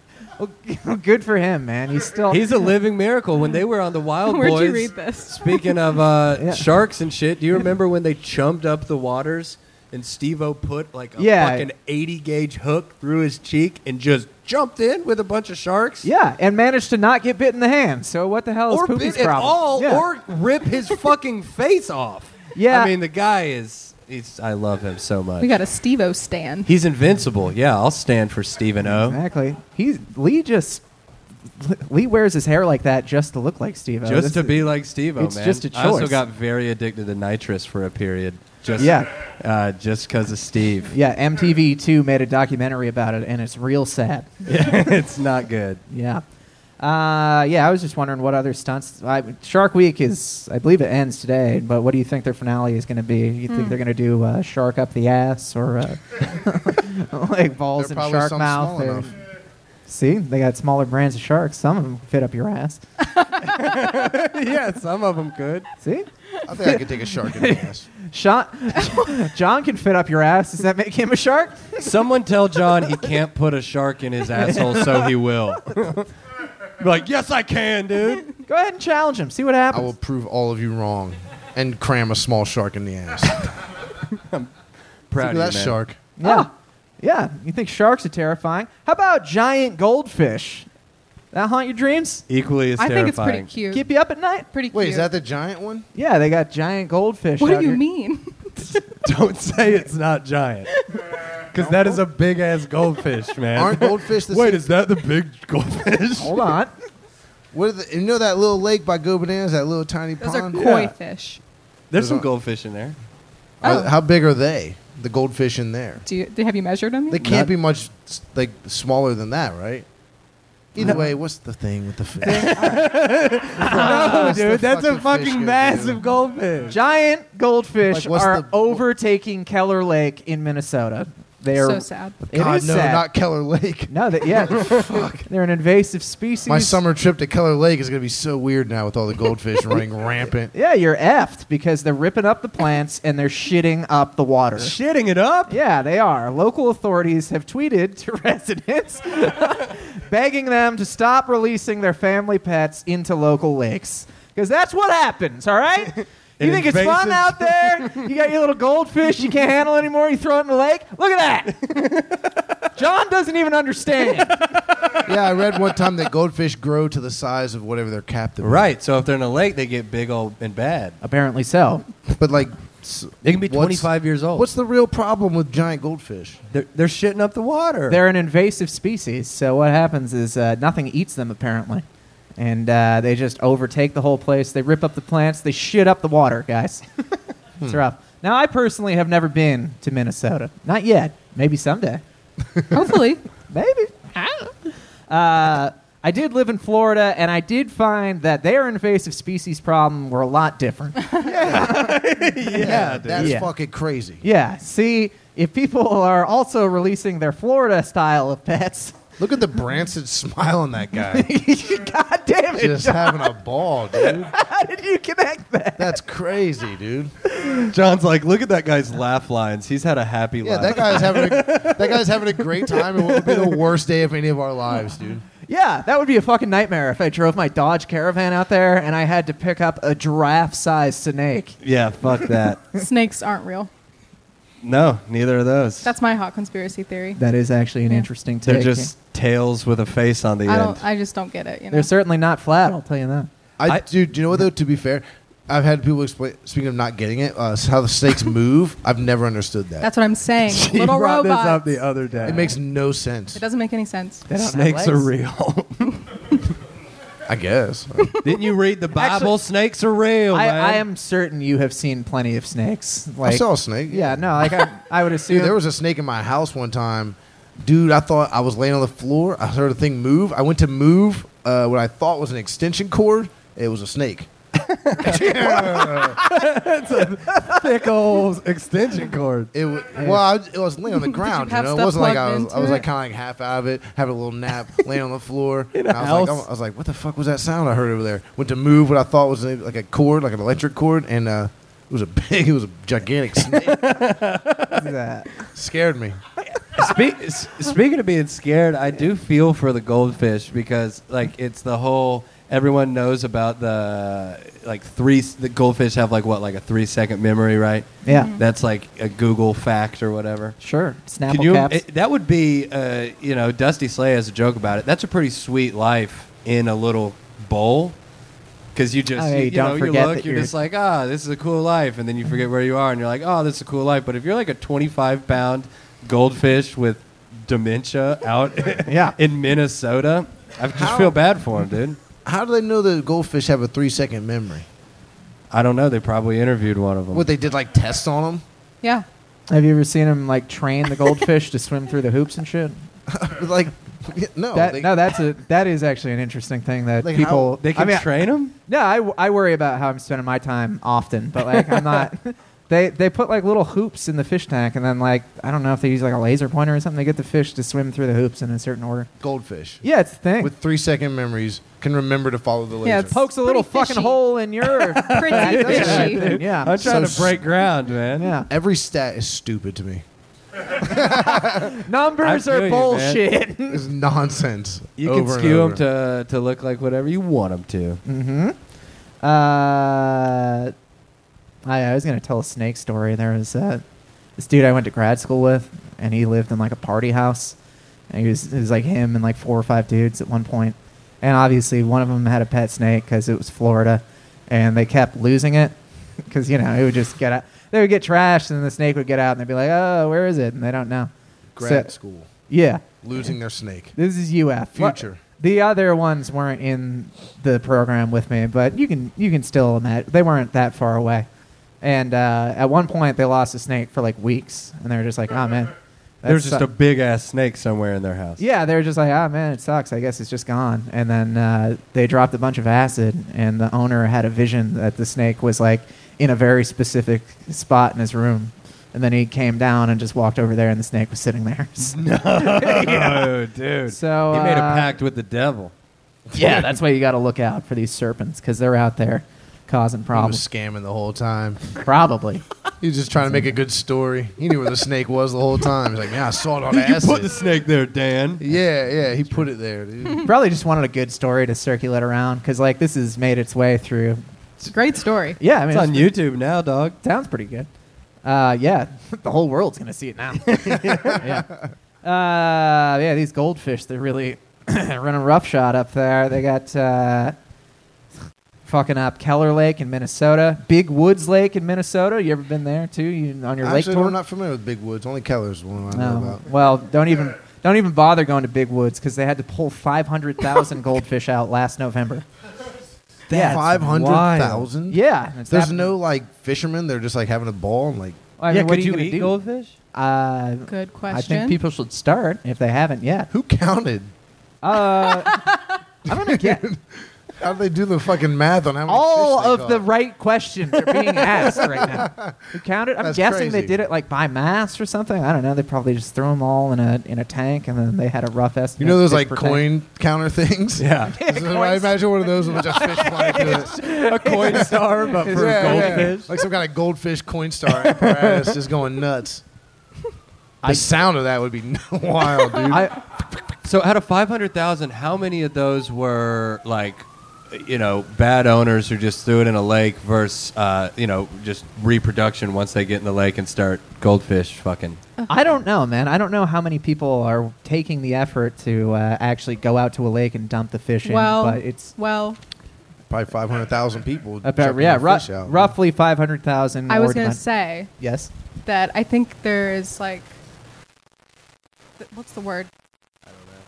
A: Well, good for him, man. He's still
B: He's a living miracle. When they were on the Wild
D: Where'd
B: oh, Boys,
D: you read this?
B: speaking of uh,
A: Yeah.
B: sharks and shit, do you remember when they chummed up the waters and Steve-O put like a
A: Yeah.
B: fucking 80 gauge hook through his cheek and just jumped in with a bunch of sharks?
A: yeah, and managed to not get bit in the hand. So what the hell is
B: Or
A: Poopy's
B: bit at
A: problem?
B: all,
A: yeah.
B: or rip his fucking face off.
A: Yeah.
B: I mean, the guy is, he's, I love him so much.
D: We got a Steve-O stand.
B: he's invincible. Yeah, I'll stand for Steven O.
A: exactly. He's Lee just Lee wears his hair like that just to look like Steve.
B: Just to be like Steve O,
A: Oh, it's
B: man.
A: just a
B: I also
A: choice.
B: got very addicted to nitrous for a period. Just,
A: Yeah.
B: Uh, just because of Steve.
A: yeah. MTV Two made a documentary about it, and it's real sad.
B: Yeah, it's not good.
A: Yeah. Uh, yeah, I was just wondering what other stunts. I, Shark Week is, I believe it ends today, but what do you think their finale is going to be? You think they're going to do uh, Shark Up the Ass or uh, like Balls
C: They're
A: in
C: probably
A: Shark
C: some
A: Mouth?
C: small
A: or-
C: enough.
A: see, they got smaller brands of sharks. Some of them fit up your ass.
B: yeah, some of them could.
A: See?
C: I think I could take a shark in the ass.
A: Sean, John can fit up your ass. Does that make him a shark?
B: Someone tell John he can't put a shark in his asshole, so he will. Be like, yes, I can, dude.
A: Go ahead and challenge him. See what
C: I will
A: happens.
C: prove all of you wrong and cram a small shark in the ass. Look
B: Proud
C: at
B: of you,
C: that
B: man.
C: shark.
A: Yeah. Yeah. You think sharks are terrifying? How about giant goldfish? That haunt your dreams?
B: Equally as
D: I think it's pretty
B: terrifying.
D: cute.
A: Keep you up at night?
D: pretty cute.
C: Wait, is that the giant one?
A: Yeah, they got giant goldfish.
D: what
A: out
D: do you
A: here.
D: mean?
B: Don't say it's not giant, because that is a big ass goldfish, man.
C: Aren't goldfish the
B: Wait,
C: same?
B: is that the big goldfish?
A: Hold on.
C: What are the, you know that little lake by Go Bananas, that little tiny
D: Those are
C: pond?
D: koi
B: Yeah.
D: fish.
B: There's some goldfish in there.
D: Oh.
C: Are- How big are they? The goldfish in there?
D: Do you, do- have you measured them?
C: They
D: yet?
C: can't be much s- like smaller than that, right? Either way, what's the thing with the fish? no,
B: dude, that's a fucking massive goldfish.
A: Giant goldfish
C: Like, what's
A: are
C: the-
A: overtaking Keller Lake in Minnesota. They are
D: So sad.
A: It
C: God,
A: is
C: no,
A: sad.
C: not Keller Lake.
A: no, that yeah. They're an invasive species.
C: My summer trip to Keller Lake is going to be so weird now with all the goldfish running rampant.
A: Yeah, you're effed because they're ripping up the plants and they're shitting up the water.
B: Shitting it up.
A: Yeah, they are. Local authorities have tweeted to residents begging them to stop releasing their family pets into local lakes. Because that's what happens, all right? You
B: An
A: think it's fun
B: invasive-
A: out there? You got your little goldfish you can't handle anymore, you throw it in the lake? Look at that! John doesn't even understand.
C: Yeah, I read one time that goldfish grow to the size of whatever their captive. is.
B: Right. So if they're in a lake, they get big old and bad.
A: Apparently so.
C: but like, s-
B: They can be
C: what's-
B: 25 years old.
C: What's the real problem with giant goldfish?
B: They're, they're shitting up the water.
A: They're an invasive species, so what happens is uh, nothing eats them, apparently. And uh, they just overtake the whole place. They rip up the plants. They shit up the water, guys. it's rough. Now, I personally have never been to Minnesota. Not yet. Maybe someday.
D: Hopefully.
A: Maybe. Uh, I did live in Florida, and I did find that their invasive species problem were a lot different.
C: Yeah, that's
A: Yeah.
C: fucking crazy.
A: yeah. See, if people are also releasing their Florida style of pets,
C: Look at the Branson smile on that guy.
A: God damn it,
C: Just having a ball, dude.
A: how did you connect that?
C: That's crazy, dude.
B: John's like, look at that guy's laugh lines. He's had a happy
C: Yeah,
B: life.
C: that guy's having a, that guy's having a great time, and what would be the worst day of any of our lives, dude?
A: Yeah, that would be a fucking nightmare if I drove my Dodge Caravan out there and I had to pick up a giraffe-sized snake.
B: yeah, fuck that.
D: Snakes aren't real.
B: No, neither of those.
D: That's my hot conspiracy theory.
A: That is actually an
D: Yeah.
A: interesting take.
B: They're just tails with a face on the
D: I
B: end.
D: don't. I just don't get it. You know.
A: They're certainly not flat. I'll tell you that.
C: I,
B: I-
C: dude, you know what though? To be fair, I've had people explain. Speaking of not getting it, uh, how the snakes move. I've never understood that.
D: That's what I'm saying.
E: She
D: Little
E: brought this up
D: robots.
E: the other day.
C: it makes no sense.
D: It doesn't make any sense.
A: They don't have
E: snakes are
A: legs.
E: real.
C: I guess.
B: Didn't you read the Bible?
A: Actually-
B: snakes are real,
A: I,
B: man.
A: I am certain you have seen plenty of snakes. Like,
C: I saw a snake.
A: yeah, no, like I, I would assume
C: Dude, there was a snake in my house one time. Dude, I thought I was laying on the floor. I heard a thing move. I went to move uh, what I thought was an extension cord. It was a snake.
E: Thick old extension cord.
C: It was, well, I was, it was laying on the ground. You,
D: have
C: know, it
D: stuff
C: wasn't like
D: plugged
C: I was.
D: into
C: I was like
D: it?
C: kind of like half out of it, having a little nap, laying on the floor.
E: In a
C: And I was
E: house?
C: like, I was like, what the fuck was that sound I heard over there? Went to move what I thought was a- like a cord, like an electric cord, and uh, it was a big, it was a gigantic snake.
A: that.
C: Scared me.
B: Spe- s- speaking of being scared, I do feel for the goldfish because like it's the whole everyone knows about the like three the goldfish have like what like a 3 second memory, right?
D: Mm-hmm.
A: Yeah.
B: That's like a Google fact or whatever.
A: Mm-hmm. Sure. Snapple
B: Can you
A: caps.
B: it- that would be uh, you know Dusty Slay has a joke about it. That's a pretty sweet life in a little bowl. Cause you just
A: Oh, yeah,
B: you,
A: you
B: you
A: don't
B: know
A: forget
B: you look
A: that
B: you're,
A: you're-
B: just like ah this is a cool life and then you forget where you are and you're like oh this is a cool life but if you're like a 25 pound goldfish with dementia out
A: Yeah.
B: in Minnesota I just
C: How-
B: feel bad for him dude
C: How do they know that goldfish have a three second memory?
B: I don't know they probably interviewed one of them
C: What they did like tests on them?
D: Yeah.
A: have you ever seen him like train the goldfish to swim through the hoops and shit?
C: like no,
A: that,
C: Oh, they-
A: no, that's a that is actually an interesting thing that
C: Like,
A: people
B: they can
A: I mean,
B: train him
A: No, I, w- I worry about how I'm spending my time often, but like I'm not. They they put like little hoops in the fish tank, and then like I don't know if they use like a laser pointer or something. They get the fish to swim through the hoops in a certain order.
C: goldfish
A: Yeah, it's a thing.
C: with three second memories can remember to follow the laser.
D: Yeah, it's-
A: Pokes a little
D: Pretty
A: fucking
D: fishy.
A: hole in your.
D: Pretty fishy.
A: yeah, yeah.
B: I'm trying
C: So
B: to break ground man
A: yeah.
C: Every stat is stupid to me.
A: Numbers
B: I feel
A: are
B: you, man.
A: bullshit.
C: It's nonsense.
B: you
C: over
B: can
C: and
B: skew
C: over.
B: him to to look like whatever you want him to
A: Mm-hmm. Uh, I, I was gonna tell a snake story. There was uh, this dude I went to grad school with, and he lived in like a party house, and he was, it was like him and like four or five dudes at one point, and obviously one of them had a pet snake because it was Florida, and they kept losing it because you know it would just get out. They would get trashed, and the snake would get out, and they'd be like, "Oh, where is it?" And they don't know.
C: grad
A: So-
C: school,
A: yeah,
C: losing their snake.
A: this is UF
C: Future.
A: the other ones weren't in the program with me, but you can you can still imagine they weren't that far away. And uh, at one point, they lost a snake for like weeks, and they were just like, "Ah man." that
B: There's just
A: suck-"
B: a big ass snake somewhere in their house.
A: yeah." They were just like, "Ah man, it sucks. I guess it's just gone." And then uh, they dropped a bunch of acid, and the owner had a vision that the snake was like in a very specific spot in his room. And then he came down and just walked over there, and the snake was sitting there.
B: Oh, dude.
A: So,
B: he made a
A: uh,
B: pact with the devil.
A: yeah, that's why you got to look out for these serpents because they're out there causing
C: He
A: problems.
C: was scamming the whole time.
A: Probably.
C: He was just trying to make a good story. He knew where the snake was the whole time. He's like, man, I saw it on acid.
B: snake there, Dan.
C: yeah, yeah, he put it there, dude.
A: Probably just wanted a good story to circulate around because like this has made its way through.
D: It's a great story.
A: Yeah, I mean,
B: It's on
A: it's-
B: YouTube now, dog.
A: sounds pretty good. Uh, yeah, the whole world's gonna see it now. yeah. Uh, yeah, these goldfish, they're really running roughshod up there. They got uh, fucking up Keller Lake in Minnesota, Big Woods Lake in Minnesota. You ever been there too? You on your lake
C: Actually,
A: tour?
C: I'm not familiar with Big Woods. Only Keller's the one I know
A: No.
C: about.
A: Oh. Well, don't even don't even bother going to Big Woods because they had to pull five hundred thousand goldfish out last November. That's
C: Five hundred thousand.
A: Yeah, and it's
C: There's
A: happening.
C: no like fishermen. They're just like having a ball and like.
A: I mean,
B: yeah,
A: what
B: could
A: are
B: you,
A: gonna
B: eat
A: do?
B: goldfish?
A: Uh,
D: Good question.
A: I think people should start if they haven't yet.
C: Who counted?
A: Uh, I'm gonna get
C: How do they do the fucking math on how many
A: all
C: fish they
A: of
C: caught?
A: the right questions are being asked right now. You counted? I'm
C: That's
A: guessing they
C: crazy.
A: did it like by mass or something. I don't know. They probably just threw them all in a in a tank and then they had a rough
C: You
A: estimate.
C: know
A: of
C: those
A: fish
C: like
A: per tank.
C: coin counter things?
B: Yeah.
C: This is- I imagine one of those with just fish flying through it.
B: a coin star, but for
C: Yeah, yeah.
B: goldfish.
C: Like some kind of goldfish coin star apparatus just going nuts. The sound of that would be wild, dude.
A: I,
B: So out of 500,000, how many of those were like, you know, bad owners who just threw it in a lake versus, uh, you know, just reproduction once they get in the lake and start goldfish fucking?
A: I don't know, man. I don't know how many people are taking the effort to uh, actually go out to a lake and dump the fish
D: Well,
A: in, but it's
D: well,
C: probably 500,000 people.
A: About
C: checking
A: yeah,
C: their
A: ru-
C: fish out.
A: roughly five hundred thousand.
D: I was going to say
A: yes.
D: that I think there is like, th- what's the word?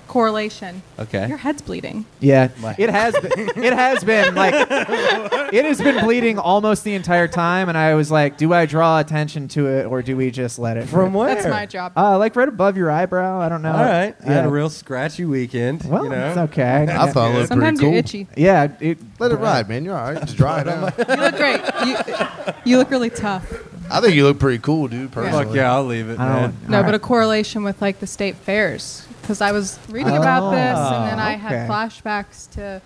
D: Correlation.
B: Okay.
D: Your head's bleeding.
A: Yeah,
B: My-
A: it has. Been, it has been like it has been bleeding almost the entire time, and I was like, do I draw attention to it or do we just let it?
E: From where?
D: That's my job.
A: Uh, like right above your eyebrow. I don't know.
B: All right. I had
A: Yeah.
B: a real scratchy weekend.
A: Well,
B: you
A: it's
B: know?
A: okay.
C: I thought it looked
D: Sometimes
C: pretty
D: you're
C: cool.
D: itchy.
A: Yeah. It,
C: Let it ride, man. You're all right. Just dry it out.
D: You look great. You, you look really tough.
C: I think you look pretty cool, dude, personally.
B: Fuck yeah, I'll leave it,
A: I don't-
B: man.
D: No,
A: All
D: but
A: right.
D: a correlation with like the state fairs because I was reading about this and then I
A: Oh, okay.
D: had flashbacks to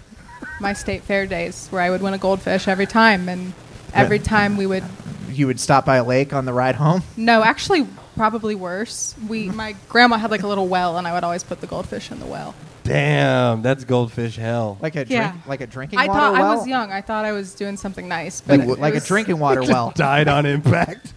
D: my state fair days where I would win a goldfish every time and every time we would
A: You would stop by a lake on the ride home.
D: no actually probably worse we my grandma had like a little well and I would always put the goldfish in the well.
B: Damn, that's goldfish hell.
A: Like a
D: Yeah.
A: drink, like a drinking
D: I
A: water
D: thought
A: well.
D: I was young. I thought I was doing something nice, but
A: Like,
D: it
A: like a
D: was-
A: drinking water well.
B: died on impact.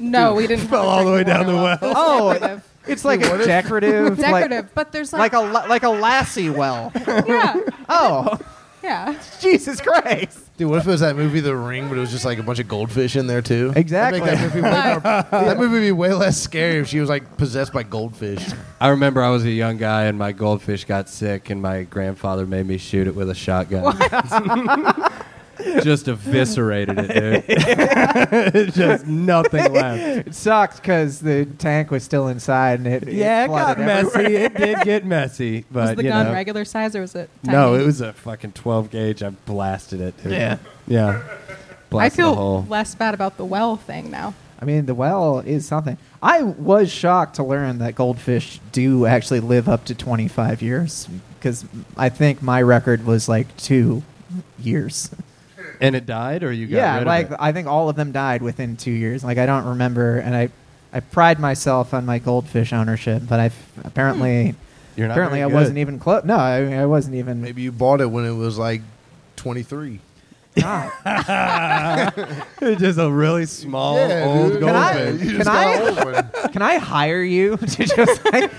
D: No, we didn't
B: Fell all the way down the well.
A: Oh,
D: Decorative.
A: it's like a decorative,
D: Decorative,
A: like,
D: but there's
A: like
D: like,
A: a la- like a lassie well.
D: yeah,
A: Oh,
D: yeah.
B: Uh,
A: Jesus Christ!
C: Dude, what if it was that movie The Ring, but it was just like a bunch of goldfish in there too?
A: Exactly.
C: That'd make That movie, way more- that movie would be way less scary if she was like possessed by goldfish.
B: I remember I was a young guy and my goldfish got sick and my grandfather made me shoot it with a shotgun. Just eviscerated it, dude.
E: Just nothing left.
A: It sucked because the tank was still inside and it.
B: yeah,
A: it
B: it got
A: flooded everywhere.
B: messy. It did get messy, but
D: Was the
B: you
D: gun
B: know,
D: regular size or was it? Tiny?
B: no, it was a fucking 12 gauge. I blasted it, dude.
A: Yeah.
B: yeah.
D: I
B: Blasted the
D: feel
B: hole.
D: less bad about the well thing now.
A: I mean, the well is something. I was shocked to learn that goldfish do actually live up to 25 years because I think my record was like two years.
B: and it died, or you got
A: yeah,
B: rid
A: like
B: of it?
A: I think all of them died within two years. Like I don't remember, and I, I pride myself on my goldfish ownership, but I f- apparently,
B: Hmm. You're not
A: apparently I
B: very
A: wasn't
B: good.
A: even close. No, I, I wasn't even.
C: Maybe you bought it when it was like 23.
A: God.
B: It's just a really small
C: Yeah,
B: old
C: dude.
A: Can I-
B: goldfish.
C: You
A: can
C: just got
A: I-
C: an old one.
A: Can I hire you to just like,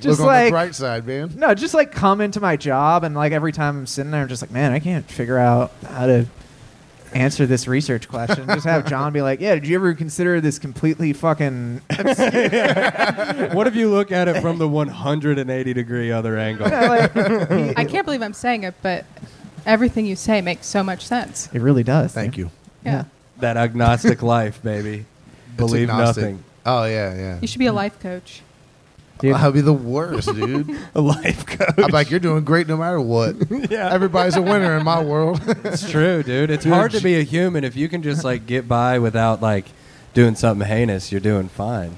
A: just
C: Look on the
A: like
C: bright side, man.
A: No, just like come into my job and like every time I'm sitting there, I'm just like, man, I can't figure out how to answer this research question. just have John be like, yeah, did you ever consider this completely fucking?
B: What if you look at it from the 180 degree other angle?
A: Like,
D: I can't believe I'm saying it, but everything you say makes so much sense.
A: it really does.
C: Thank you.
D: Yeah.
B: that agnostic life, baby.
C: It's
B: Believe
C: agnostic.
B: nothing.
C: Oh yeah,
D: You should be a life coach.
A: Dude.
C: yeah. I'll be the worst, dude.
B: A life coach.
C: I'm like, you're doing great no matter what.
B: yeah,
C: Everybody's a winner in my world.
B: it's true, dude. It's hard to be a human if you can just like get by without like doing something heinous. You're doing fine.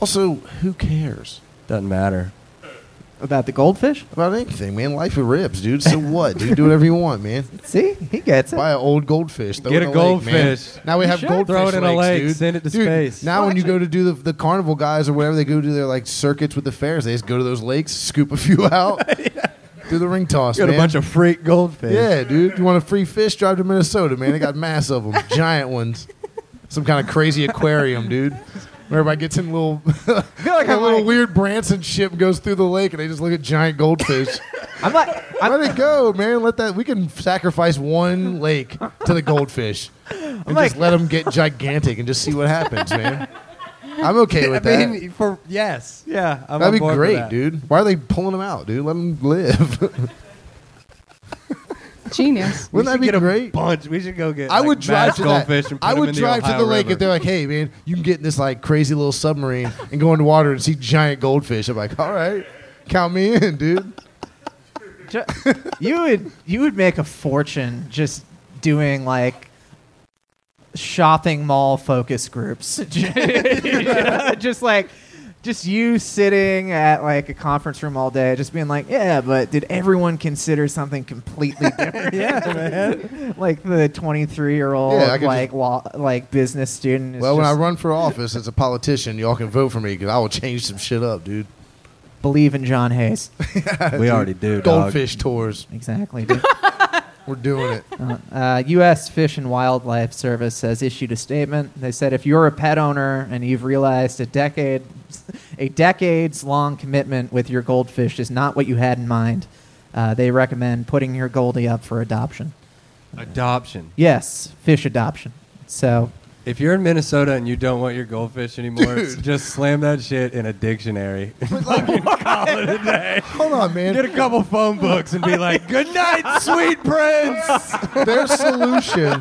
C: also, who cares
B: Doesn't matter.
A: About the goldfish?
C: about anything, man? Life it rips, dude. So what? Dude, do whatever you want, man.
A: See, he gets it.
C: Buy an old goldfish. Throw
B: Get
C: it in
B: a
C: lake, man.
B: goldfish.
C: now we have
B: should.
C: goldfish
B: Throw it in a
C: lakes,
B: lake,
C: dude.
B: send it to
C: Dude,
B: space.
C: Now when you go to do the, the carnival guys or wherever they go to their like circuits with the fairs, they just go to those lakes, scoop a few out, do the ring toss.
B: Got
C: man.
B: a bunch of freak goldfish.
C: Yeah, dude. You want a free fish? Drive to Minnesota, man. They got mass of them, giant ones. Some kind of crazy aquarium, dude. Where everybody gets in little, like a
A: I'm
C: little
A: like-
C: weird Branson ship and goes through the lake, and they just look at giant goldfish.
A: I'm like,
C: Let it go, man. Let that. We can sacrifice one lake to the goldfish, and
A: like-
C: just let them get gigantic and just see what happens, man. I'm okay with
B: I
C: that.
B: mean, for yes, yeah, I'm on
C: That'd be
B: board with
C: great,
B: that.
C: dude. Why are they pulling them out, dude? Let them live. Wouldn't
D: Genius.
B: We
C: that
B: should
C: be
B: get a
C: great?
B: Bunch. We should go get.
C: I
B: like,
C: would drive
B: mass
C: to that.
B: goldfish and put
C: I
B: 'em
C: would
B: in
C: drive to
B: Ohio
C: the lake
B: River.
C: if they're like, "Hey, man, you can get in this like crazy little submarine and go into water and see giant goldfish." I'm like, "All right, count me in, dude."
A: ju- you would you would make a fortune just doing like shopping mall focus groups just like just you sitting at like a conference room all day just being like yeah but did everyone consider something completely different
B: yeah, man.
A: like the 23 year old
C: Yeah, I could
A: like law, like business student is
C: well, when I
A: just
C: run for office as a politician, y'all can vote for me because I will change some shit up, dude.
A: believe in john hayes
B: We already do. dog.
C: Goldfish tours,
A: exactly dude.
C: we're doing it.
A: Uh, U.S. Fish and Wildlife Service has issued a statement. They said if you're a pet owner and you've realized a decade, a decades-long commitment with your goldfish is not what you had in mind, uh, they recommend putting your goldie up for adoption.
B: Adoption.
A: Yes, fish adoption. So
B: If you're in Minnesota and you don't want your goldfish anymore,
C: Dude.
B: just slam that shit in a dictionary.
C: Hold on, man.
B: Get a couple phone books and be like, "Good night, sweet prince."
C: their solution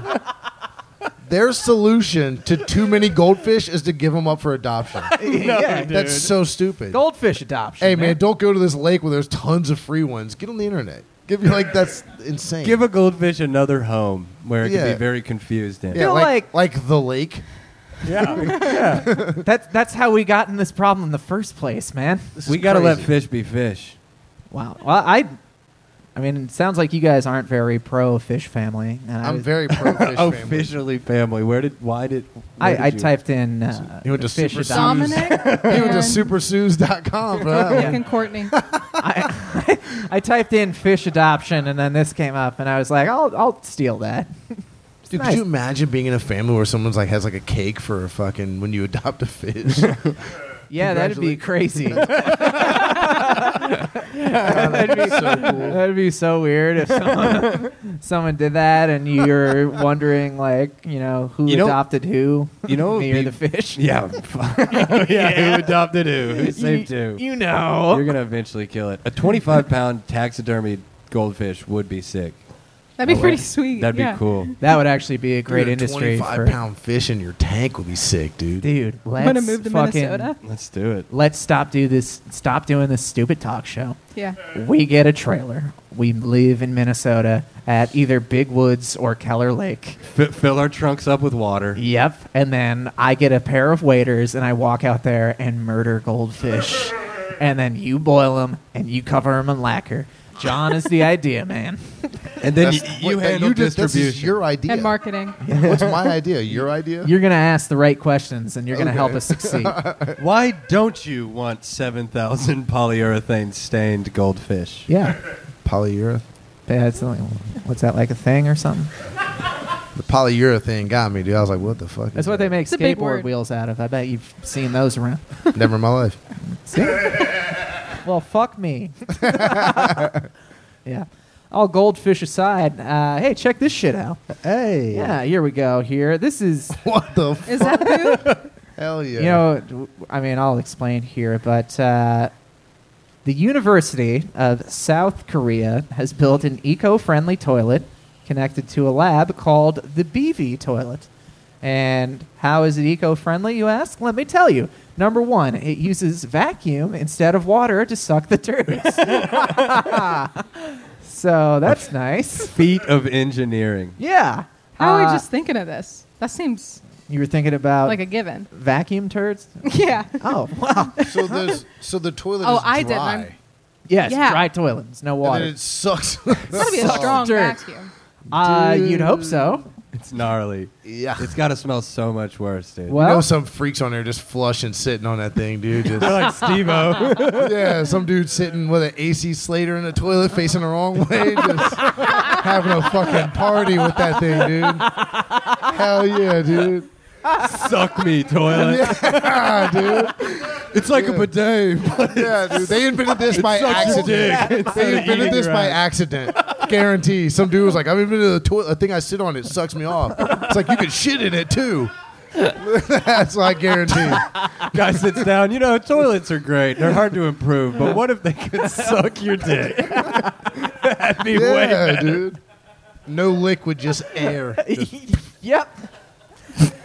C: their solution to too many goldfish is to give them up for adoption
A: yeah,
C: that's so stupid
A: goldfish adoption.
C: hey man don't go to this lake where there's tons of free ones get on the internet give you like that's insane
B: Give a goldfish another home where it can
C: Yeah.
B: be very confused in.
C: yeah,
A: feel
C: like, like the lake
A: That's that's how we got in this problem in the first place, man.
C: This
B: We
C: is
B: gotta let
C: crazy.
B: fish be fish.
A: Wow. Well, I, I mean, it sounds like you guys aren't very pro fish family. And I
C: i'm
A: was-
C: very pro fish
A: Oh,
C: family.
B: Officially Oh, family. Where did? Why did? where
A: I, I
B: did you-
A: typed in uh,
C: You went to
A: fish
C: Super
A: adoption.
D: Dominic
C: you went to
D: and
C: supersues.com for that one.
A: Yeah.
D: fucking Courtney.
A: I, I typed in fish adoption, and then this came up, and I was like, I'll I'll steal that.
C: Dude,
A: Nice.
C: could you imagine being in a family where someone's like has like a cake for a fucking when you adopt a fish?
A: Yeah, that'd be
C: Congratulate-
A: crazy. that'd, be, that'd be so weird if someone, someone did that and you're wondering, like, you know, who
B: You know-
A: adopted who?
B: You know,
A: me
B: it'd
A: or
B: be-
A: the fish?
B: Yeah. yeah, Who adopted who? Same two.
A: You know.
B: You're gonna eventually kill it. A 25 pound taxidermy goldfish would be sick.
C: Oh,
D: That'd be pretty
B: That'd
D: sweet.
B: That'd
D: yeah.
B: be cool.
A: that would actually be a great industry
C: Twenty-five
A: for
C: pound fish in your tank would be sick, dude.
A: dude.
D: I'm
A: Let's
D: gonna move to
A: fucking,
D: Minnesota.
B: Let's do it.
A: Let's stop do this. Stop doing this stupid talk show.
D: Yeah.
A: We get a trailer. We live in Minnesota at either Big Woods or Keller Lake.
B: F- fill our trunks up with water.
A: Yep. And then I get a pair of waders and I walk out there and murder goldfish. and then you boil them and you cover them in lacquer. John is the idea, man.
B: And then you,
C: That's-
B: you
C: what- that
B: handle
C: just- this is
B: distribution.
C: your idea.
D: And marketing.
C: What's my idea? Your idea?
A: You're going to ask the right questions and you're going to help
C: Okay.
A: us succeed.
B: Uh, Why don't you want 7,000 polyurethane stained goldfish?
A: yeah.
C: polyurethane.
A: Yeah, it's like, what's that, like a thing or something?
C: The polyurethane got me, dude. I was like, what the fuck? is
A: That's what they make
D: It's a big
A: skateboard
D: word.
A: wheels out of. I bet you've seen those around.
C: that? Never in my life.
A: See? well, fuck me. yeah. All goldfish aside, uh, hey, check this shit out.
C: Hey.
A: Yeah, here we go. Here, this is
C: What the f-
D: Is that poop?
C: hell yeah?
A: you know. d- I mean, I'll explain here, but uh, the University of South Korea has built an eco-friendly toilet connected to a lab called the BV toilet. And how is it eco-friendly? You ask. Let me tell you. Number one, it uses vacuum instead of water to suck the turds. so that's nice.
B: Feet of engineering.
A: Yeah.
D: How are
A: Uh,
D: we just thinking of this? That seems
A: You were thinking
C: uh,
A: about
D: like a given.
A: vacuum turds?
D: Yeah.
A: Oh, wow.
C: so there's so the toilet
D: Oh,
C: is
D: I did.
C: dry,
D: I'm-
A: Yes,
D: Yeah.
A: dry toilets, no
C: and then
A: water.
C: it sucks.
D: It's gotta be a
A: Sucks
D: strong
A: dirt.
D: vacuum.
A: Uh, you'd hope so.
B: It's gnarly.
C: yeah.
B: It's got to smell so much worse, dude.
A: Well,
C: you know some freaks on there just flushing, sitting on that thing, dude. Just,
B: Like Steve-O.
C: yeah, some dude sitting with an AC Slater in the toilet, facing the wrong way, just having a fucking party with that thing, dude. Hell yeah, dude.
B: Suck me, toilet.
C: Yeah, dude.
B: It's like a bidet. but
C: Yeah, dude. They invented this by
B: sucks your
C: accident.
B: dick.
C: They invented
B: eating
C: this
B: your
C: by
B: eye.
C: accident. Guarantee. Some dude was like, I've invented a, toilet, a thing I sit on. It sucks me off. It's like, you can shit in it, too. That's like guarantee.
B: Guy sits down. You know, toilets are great. They're hard to improve. But what if they could suck your dick? That'd be way
C: Yeah,
B: better.
C: dude. No liquid, just air. Just-
A: yep.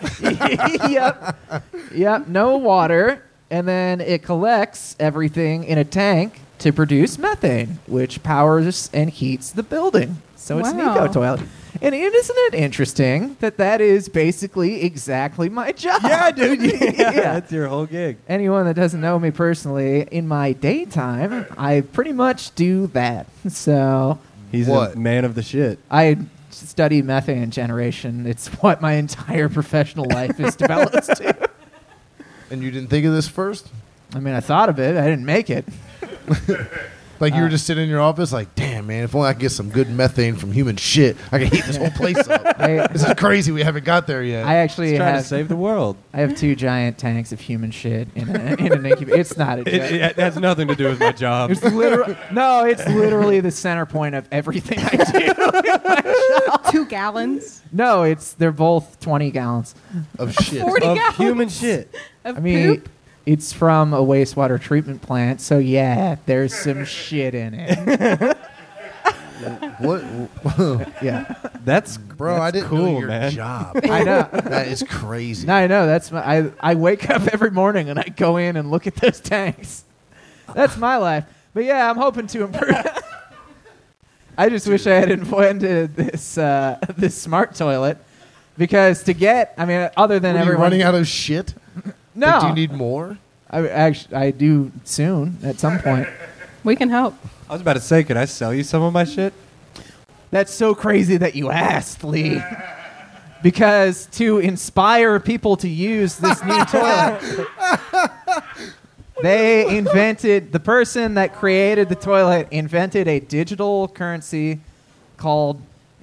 A: yep. Yep, no water. And then it collects everything in a tank to produce methane, which powers and heats the building. So it's an
D: Wow.
A: eco toilet. And it, isn't it interesting that that is basically exactly my job?
B: Yeah, dude. Yeah,
A: Yeah.
B: that's your whole gig.
A: anyone that doesn't know me personally, in my daytime, I pretty much do that. So
B: He's
C: What?
B: a man of the shit.
A: I study methane generation. It's what my entire professional life is developed to.
C: And you didn't think of this first?
A: I mean, I thought of it, I didn't make it.
C: Like
B: Uh.
C: you were just sitting in your office, like, damn, man, if only I could get some good methane from human shit, I could heat this whole place up.
A: I,
C: This is crazy. We haven't got there yet.
A: I actually
B: Trying to
A: have
B: save the world.
A: I have two giant tanks of human shit in, a, in an incubator. It's not a joke.
B: It, it has nothing to do with my job.
A: It's literal. no, it's literally the center point of everything I do.
D: Two gallons
A: No, it's they're both twenty gallons.
C: of shit.
D: Forty-
B: of
D: gallons.
B: human shit.
D: of
A: I mean,
D: poop.
A: it's from a wastewater treatment plant, so yeah, there's some shit in it.
C: What,
A: Yeah,
B: That's
C: bro? I didn't
B: cool,
C: know your
B: man.
C: job.
A: I know.
C: that is crazy.
A: No, I know. That's my. I I wake up every morning and I go in and look at those tanks. That's my life. But yeah, I'm hoping to improve. I just wish I had invented this uh, this smart toilet because to get, I mean, other than
C: What, are you
A: everyone
C: running out of shit?
A: No,
C: Like, do you need more?
A: I actually I do soon at some point.
D: we can help.
B: I was about to say, could I sell you some of my shit?
A: That's so crazy that you asked, Lee. Because to inspire people to use this new toilet, they invented the person that created the toilet invented a digital currency called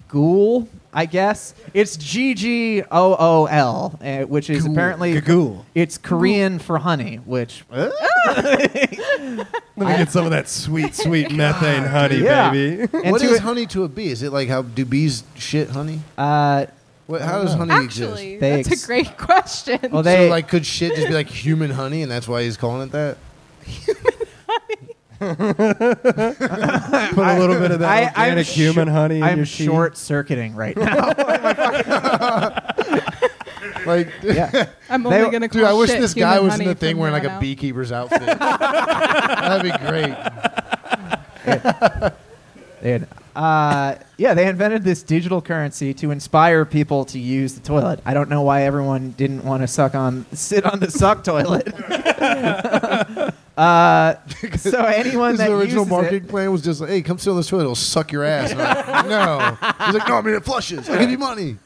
A: Ghoul, I guess. It's G G O O L, uh, which is apparently
B: Ghoul.
A: it's Korean for honey, which
B: Let me get some of that sweet, sweet methane honey,
A: Yeah.
B: baby.
A: and
C: what
A: to
C: is
A: it-
C: honey to a bee? Is it like how do bees shit honey?
A: uh,
C: What, how does honey
D: Actually,
C: exist?
A: They
D: that's
A: ex-
D: a great question.
A: well they
C: so like, could shit just be like human honey, and that's why he's calling it that?
B: Put a little bit of that
A: I- I'm
B: organic
A: sh-
B: human honey in
A: I'm
B: your tea.
A: short circuiting right now.
C: Like,
A: yeah.
D: I'm
A: They-
D: only gonna call
C: dude, I wish
D: shit
C: this guy
D: human
C: was in
D: honey
C: the thing
D: from
C: wearing
D: here
C: like
D: on
C: a
D: out.
C: beekeeper's outfit. That'd be great.
A: They had, uh, yeah, they invented this digital currency to inspire people to use the toilet. I don't know why everyone didn't want to suck on sit on the suck toilet. uh, so anyone
C: His
A: that
C: original
A: uses
C: marketing
A: it,
C: plan was just like, hey, come sit on this toilet, it'll suck your ass. And I'm like, no. He's like, no, I mean, it flushes. I'll give you money.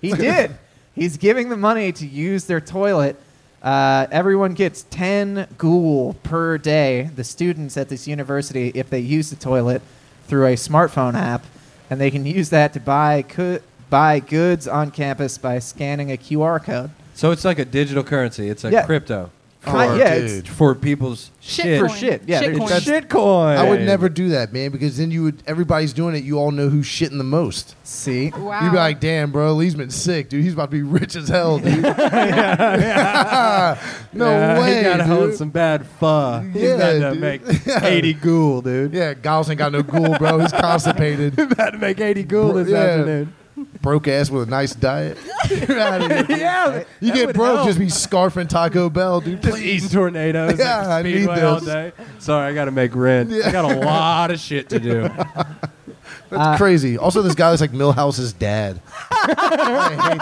A: he did. He's giving the money to use their toilet. Uh, everyone gets 10 ghoul per day, the students at this university, if they use the toilet through a smartphone app. And they can use that to buy, co- buy goods on campus by scanning a QR code.
B: So it's like a digital currency. It's a
A: Yeah.
B: crypto
A: Kind-
C: For-
A: yeah,
C: dude.
A: it's
B: for people's
D: Shit
B: shit.
A: for
D: Coin.
A: shit. Yeah,
D: Shit
A: there's-
D: coin.
B: It's Shitcoin.
C: I would never do that, man, because then you would, everybody's doing it, you all know who's shitting the most.
A: See,
D: Wow.
C: You'd be like, damn, bro, Lee's been sick, dude. He's about to be rich as hell, dude. no
B: Yeah,
C: way.
B: He got
C: dude.
B: held some bad pho. He's
C: Yeah,
B: about to
C: dude.
B: make 80 ghoul, dude.
C: Yeah, Giles ain't got no ghoul, bro. He's constipated.
B: He's about to make 80 ghoul this
C: Yeah.
B: afternoon.
C: broke ass with a nice diet. You're out of here. dude.
B: Yeah.
C: You get
B: would
C: broke,
B: help.
C: just be scarfing Taco Bell, dude.
B: Just
C: Please.
B: eating tornadoes.
C: Yeah,
B: at
C: I need
B: Speedway all
C: this.
B: day. Sorry, I got to make rent. I got a lot of shit to do.
C: That's crazy. Also, this guy looks like Millhouse's dad. I hate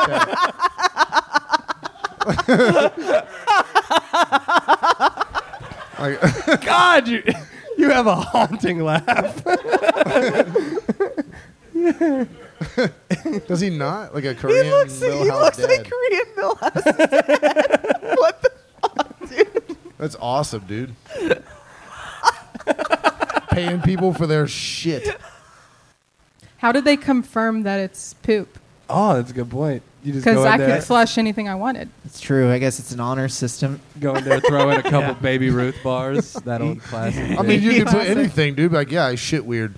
C: that. Like,
B: God, you, you have a haunting laugh.
C: does he not? Like a
A: he
C: Korean
A: looks, he
C: Milhouse
A: looks
C: dad.
A: like Korean Millhouse.
C: That's awesome, dude. Paying people for their shit.
D: how did they confirm that it's poop?
B: Oh, that's a good point. You just
D: Because
B: go in,
D: I
B: there,
D: could flush anything I wanted.
A: It's true. I guess it's an honor system.
B: go in there, throw in a couple Baby Ruth bars. That old classic.
C: I mean, you can put
D: Classic.
C: anything, dude. Be Like, yeah, I shit weird.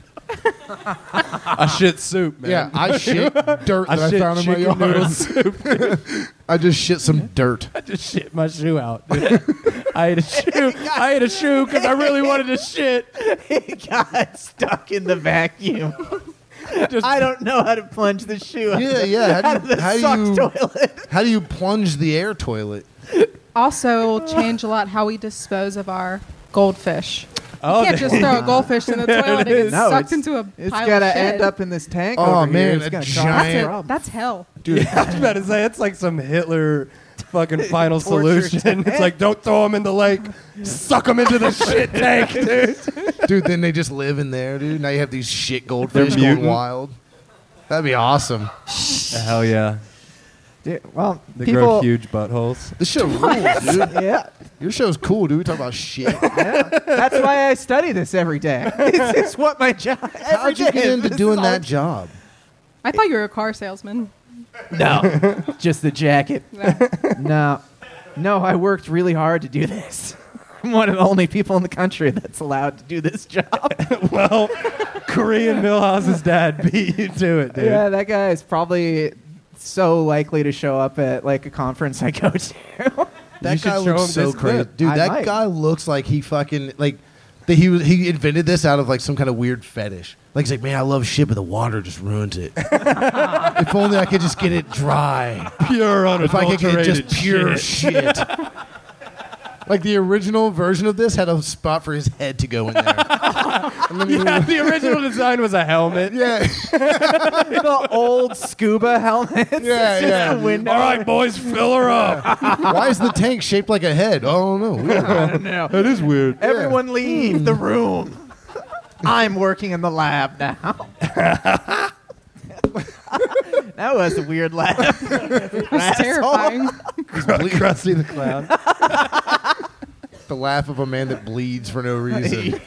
B: I shit soup, man.
C: Yeah, I shit dirt
B: I
C: that I
B: shit
C: found in my
B: chicken
C: yard.
B: noodle soup.
C: I just shit some dirt.
E: I just shit my shoe out. dude. I ate a shoe. I ate a shoe because I really wanted to shit.
A: he got stuck in the vacuum.
E: Just-
A: I don't know how to plunge the shoe out
C: Yeah,
A: of the,
C: yeah. How
A: out of
C: do you,
A: the
C: how
A: sock
C: do you,
A: toilet.
C: how do you plunge the air toilet?
D: Also, change a lot how we dispose of our goldfish.
B: Oh,
D: you can't
B: there-
D: just throw a goldfish in the toilet and
B: it
D: get
B: is.
A: No,
D: sucked
A: it's-
D: into a pile
A: It's
D: of
A: gotta
D: shit.
A: end up in this tank.
C: Oh,
A: over
C: man,
A: here. It's
C: a
A: gonna cause
D: That's,
C: giant-
D: a-
A: problems.
D: that's hell.
B: Dude, I was about to say it's like some Hitler fucking final
A: Torture
B: solution. It's like don't throw them in the lake, suck them into the shit tank, dude.
C: Dude, then they just live in there, dude. Now you have these shit goldfish going
B: mutant.
C: wild. That'd be awesome.
B: Hell yeah,
A: Dude, well,
B: they
A: people,
B: grow huge buttholes.
C: This shit rules, dude.
A: yeah,
C: Your show's cool, dude. We talk about shit.
A: That's why I study this every day. This is what my job. every
C: How'd you get
A: day.
C: into
A: This is
C: doing
A: all-
C: that job?
D: I thought you were a car salesman.
A: No, just the jacket.
D: No.
A: No, no, I worked really hard to do this. I'm one of the only people in the country that's allowed to do this job.
E: well, Korean Millhouse's dad beat you to it, dude.
A: Yeah, that guy is probably so likely to show up at like a conference I go to.
C: That
E: You should
C: guy
E: show
C: looks
E: him
C: so
E: this
C: crazy,
E: clip.
C: dude.
A: I
C: that
A: might.
C: guy looks like he fucking like that. He was he invented this out of like some kind of weird fetish. Like he's like, man, I love shit, but the water just ruins it. if only I could just get it dry.
E: Pure
C: If I could get just pure shit. like the original version of this had a spot for his head to go in there. And then he-
E: Yeah, the original design was a helmet.
C: yeah,
A: the old scuba helmets.
C: yeah, yeah.
A: the window.
E: All right, boys, fill her up.
C: Why is the tank shaped like a head? Oh no,
E: that is weird.
A: Everyone leave the room. I'm working in the lab now. that was a weird laugh.
D: That's terrifying.
E: Krusty the Clown.
C: the laugh of a man that bleeds for no reason.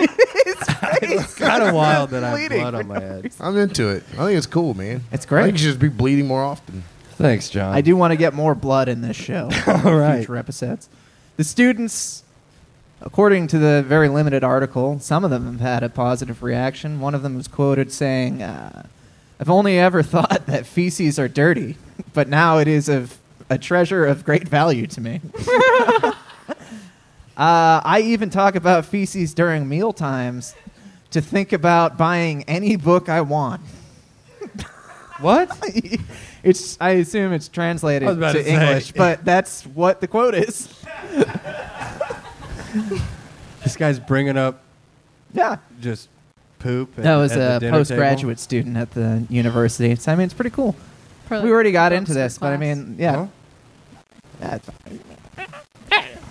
E: kind of wild that I have
A: Bleeding
E: blood
A: for
E: on my head.
C: I'm into it. I think it's cool, man.
A: It's great.
C: I think you should just be bleeding more often.
E: Thanks, John.
A: I do want to get more blood in this show.
E: All right.
A: Future episodes. The students, according to the very limited article, some of them have had a positive reaction. One of them was quoted saying, uh, I've only ever thought that feces are dirty, but now it is of a treasure of great value to me. uh, I even talk about feces during meal times to think about buying any book I want.
E: What?
A: It's I assume it's translated
E: I was about
A: to,
E: to say.
A: English, but that's what the quote is.
E: This guy's bringing up
A: Yeah.
E: just poop. at-
A: That was
E: at the
A: a
E: dinner
A: postgraduate student at the university. So I mean it's pretty cool.
D: Probably
A: we already got
D: bumps
A: into
D: in
A: this, but I
D: class.
A: mean,
E: table?
A: yeah. Yeah, it's fine.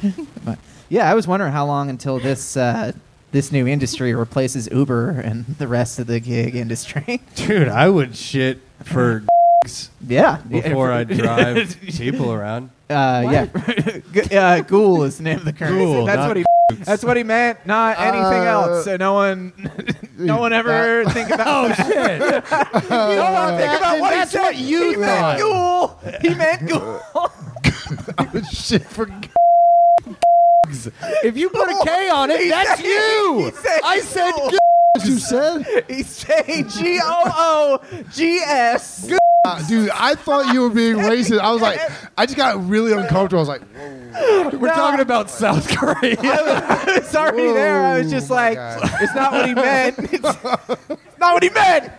A: But, yeah, I was wondering how long until this uh, this new industry replaces Uber and the rest of the gig industry.
E: Huh? Dude, I would shit for
A: yeah.
E: before I drive people around.
A: Uh,
D: What?
A: yeah, G- uh, Ghoul is the name of the currency.
E: Ghoul,
A: that's
E: not
A: what he. That's what he meant, not anything
C: Uh,
A: else. So no one, no one ever think about. oh shit! you don't want to think about what
C: that's
A: he said.
C: what you
A: he meant ghoul. He meant ghoul.
C: Oh, Shit for g- Oh,
E: If you put a K on it, that's you.
A: he said
E: I said
A: ghoul.
C: you said,
A: He's saying G O O G S.
C: Uh, dude. I thought you were being racist. I was like, I just got really uncomfortable. I was like,
E: We're talking about South Korea.
A: It's already there. I was
C: Whoa,
A: just
C: Oh, my
A: like,
C: God.
A: it's not what he meant. It's not what he meant.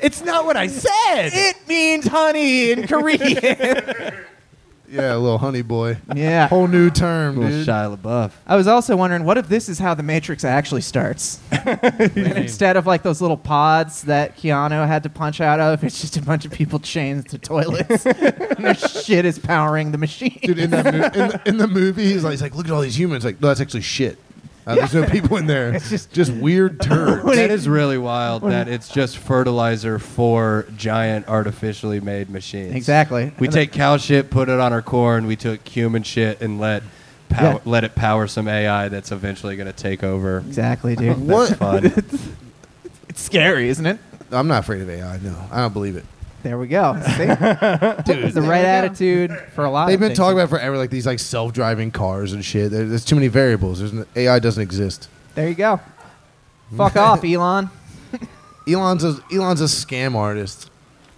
E: it's not what I said.
A: It means honey in Korean.
C: yeah, little honey boy.
A: yeah.
C: Whole new term,
E: Little
C: dude.
E: Shia LaBeouf.
A: I was also wondering, what if this is how the Matrix actually starts? And instead of like those little pods that Keanu had to punch out of, it's just a bunch of people chained to toilets. and their shit is powering the machine.
C: Dude, in that mo- in, the, in the movie, he's like, he's like, look at all these humans. Like, no, that's actually shit. Uh, There's no people in there. It's just, just weird turds.
A: What do
E: That
A: you-
E: is really wild that it's just fertilizer for giant artificially made machines.
A: Exactly.
E: We
A: And
E: take cow shit, put it on our corn. We took human shit and let pow-
A: Yeah.
E: let it power some AI that's eventually going to take over.
A: Exactly, dude.
E: That's
C: What?
E: fun.
A: it's scary, isn't it?
C: I'm not afraid of AI. No, I don't believe it.
A: There we go. See? It's the right attitude for a lot
C: They've
A: of
C: been
A: things.
C: talking about forever, like these like self-driving cars and shit. There, there's too many variables. There's no, AI doesn't exist.
A: There you go. Fuck off, Elon.
C: Elon's a, Elon's a scam artist.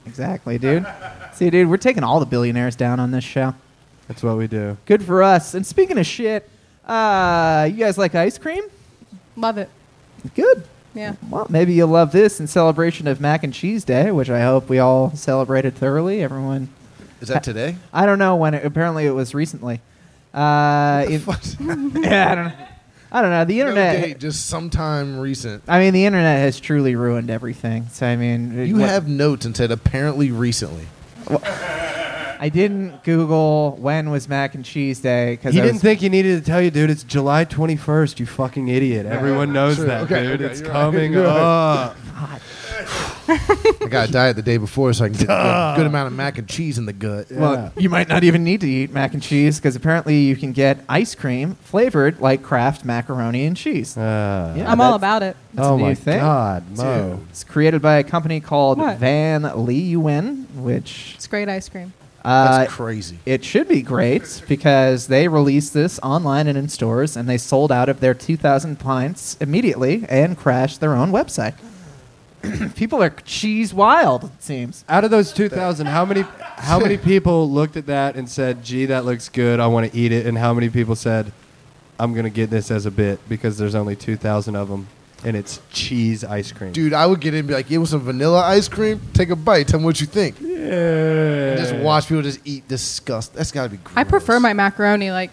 A: Exactly, dude. See, dude, we're taking all the billionaires down on this show.
E: That's what we do.
A: Good for us. And speaking of shit, uh, you guys like ice cream?
D: Love it.
A: Good.
D: Yeah.
A: Well, maybe you'll love this in celebration of Mac and Cheese Day, which I hope we all celebrated thoroughly. Everyone,
C: Is that today?
A: I don't know when. It, apparently, it was recently. Uh, it- yeah, I don't. Know. I don't know. The internet.
C: just sometime recent.
A: I mean, the internet has truly ruined everything. So I mean,
C: You
A: what-
C: have notes and said apparently recently.
A: I didn't Google when was Mac and Cheese Day because
E: He didn't think he needed to tell you, dude. It's July 21st. You fucking idiot. Everyone knows
C: Sure.
E: that,
C: Okay,
E: dude.
C: okay,
E: it's
C: you're right.
E: coming
C: You're right.
E: up.
C: I got to diet the day before so I can get a good, good amount of mac and cheese in the gut.
A: Well, you might not even need to eat mac and cheese because apparently you can get ice cream flavored like Kraft macaroni and cheese.
E: Ah.
A: Yeah,
D: I'm all
A: that's-
D: about it.
A: That's
F: oh
A: a new
F: my
A: thing.
F: God, Mo.
A: It's created by a company called
D: What?
A: Van Leeuwen, which
D: It's great ice cream.
A: uh,
C: That's crazy.
A: it should be great because they released this online and in stores, and they sold out of their 2,000 pints immediately and crashed their own website. People are cheese wild, it seems.
B: Out of those 2,000, how many how many people looked at that and said, "Gee, that looks good. I want to eat it," and how many people said, "I'm gonna get this as a bit because there's only 2,000 of them and it's cheese ice cream."
C: Dude, I would get in and be like, you want some vanilla ice cream? Take a bite. Tell me what you think. And just watch people just eat disgust. That's got to be gross.
D: I prefer my macaroni like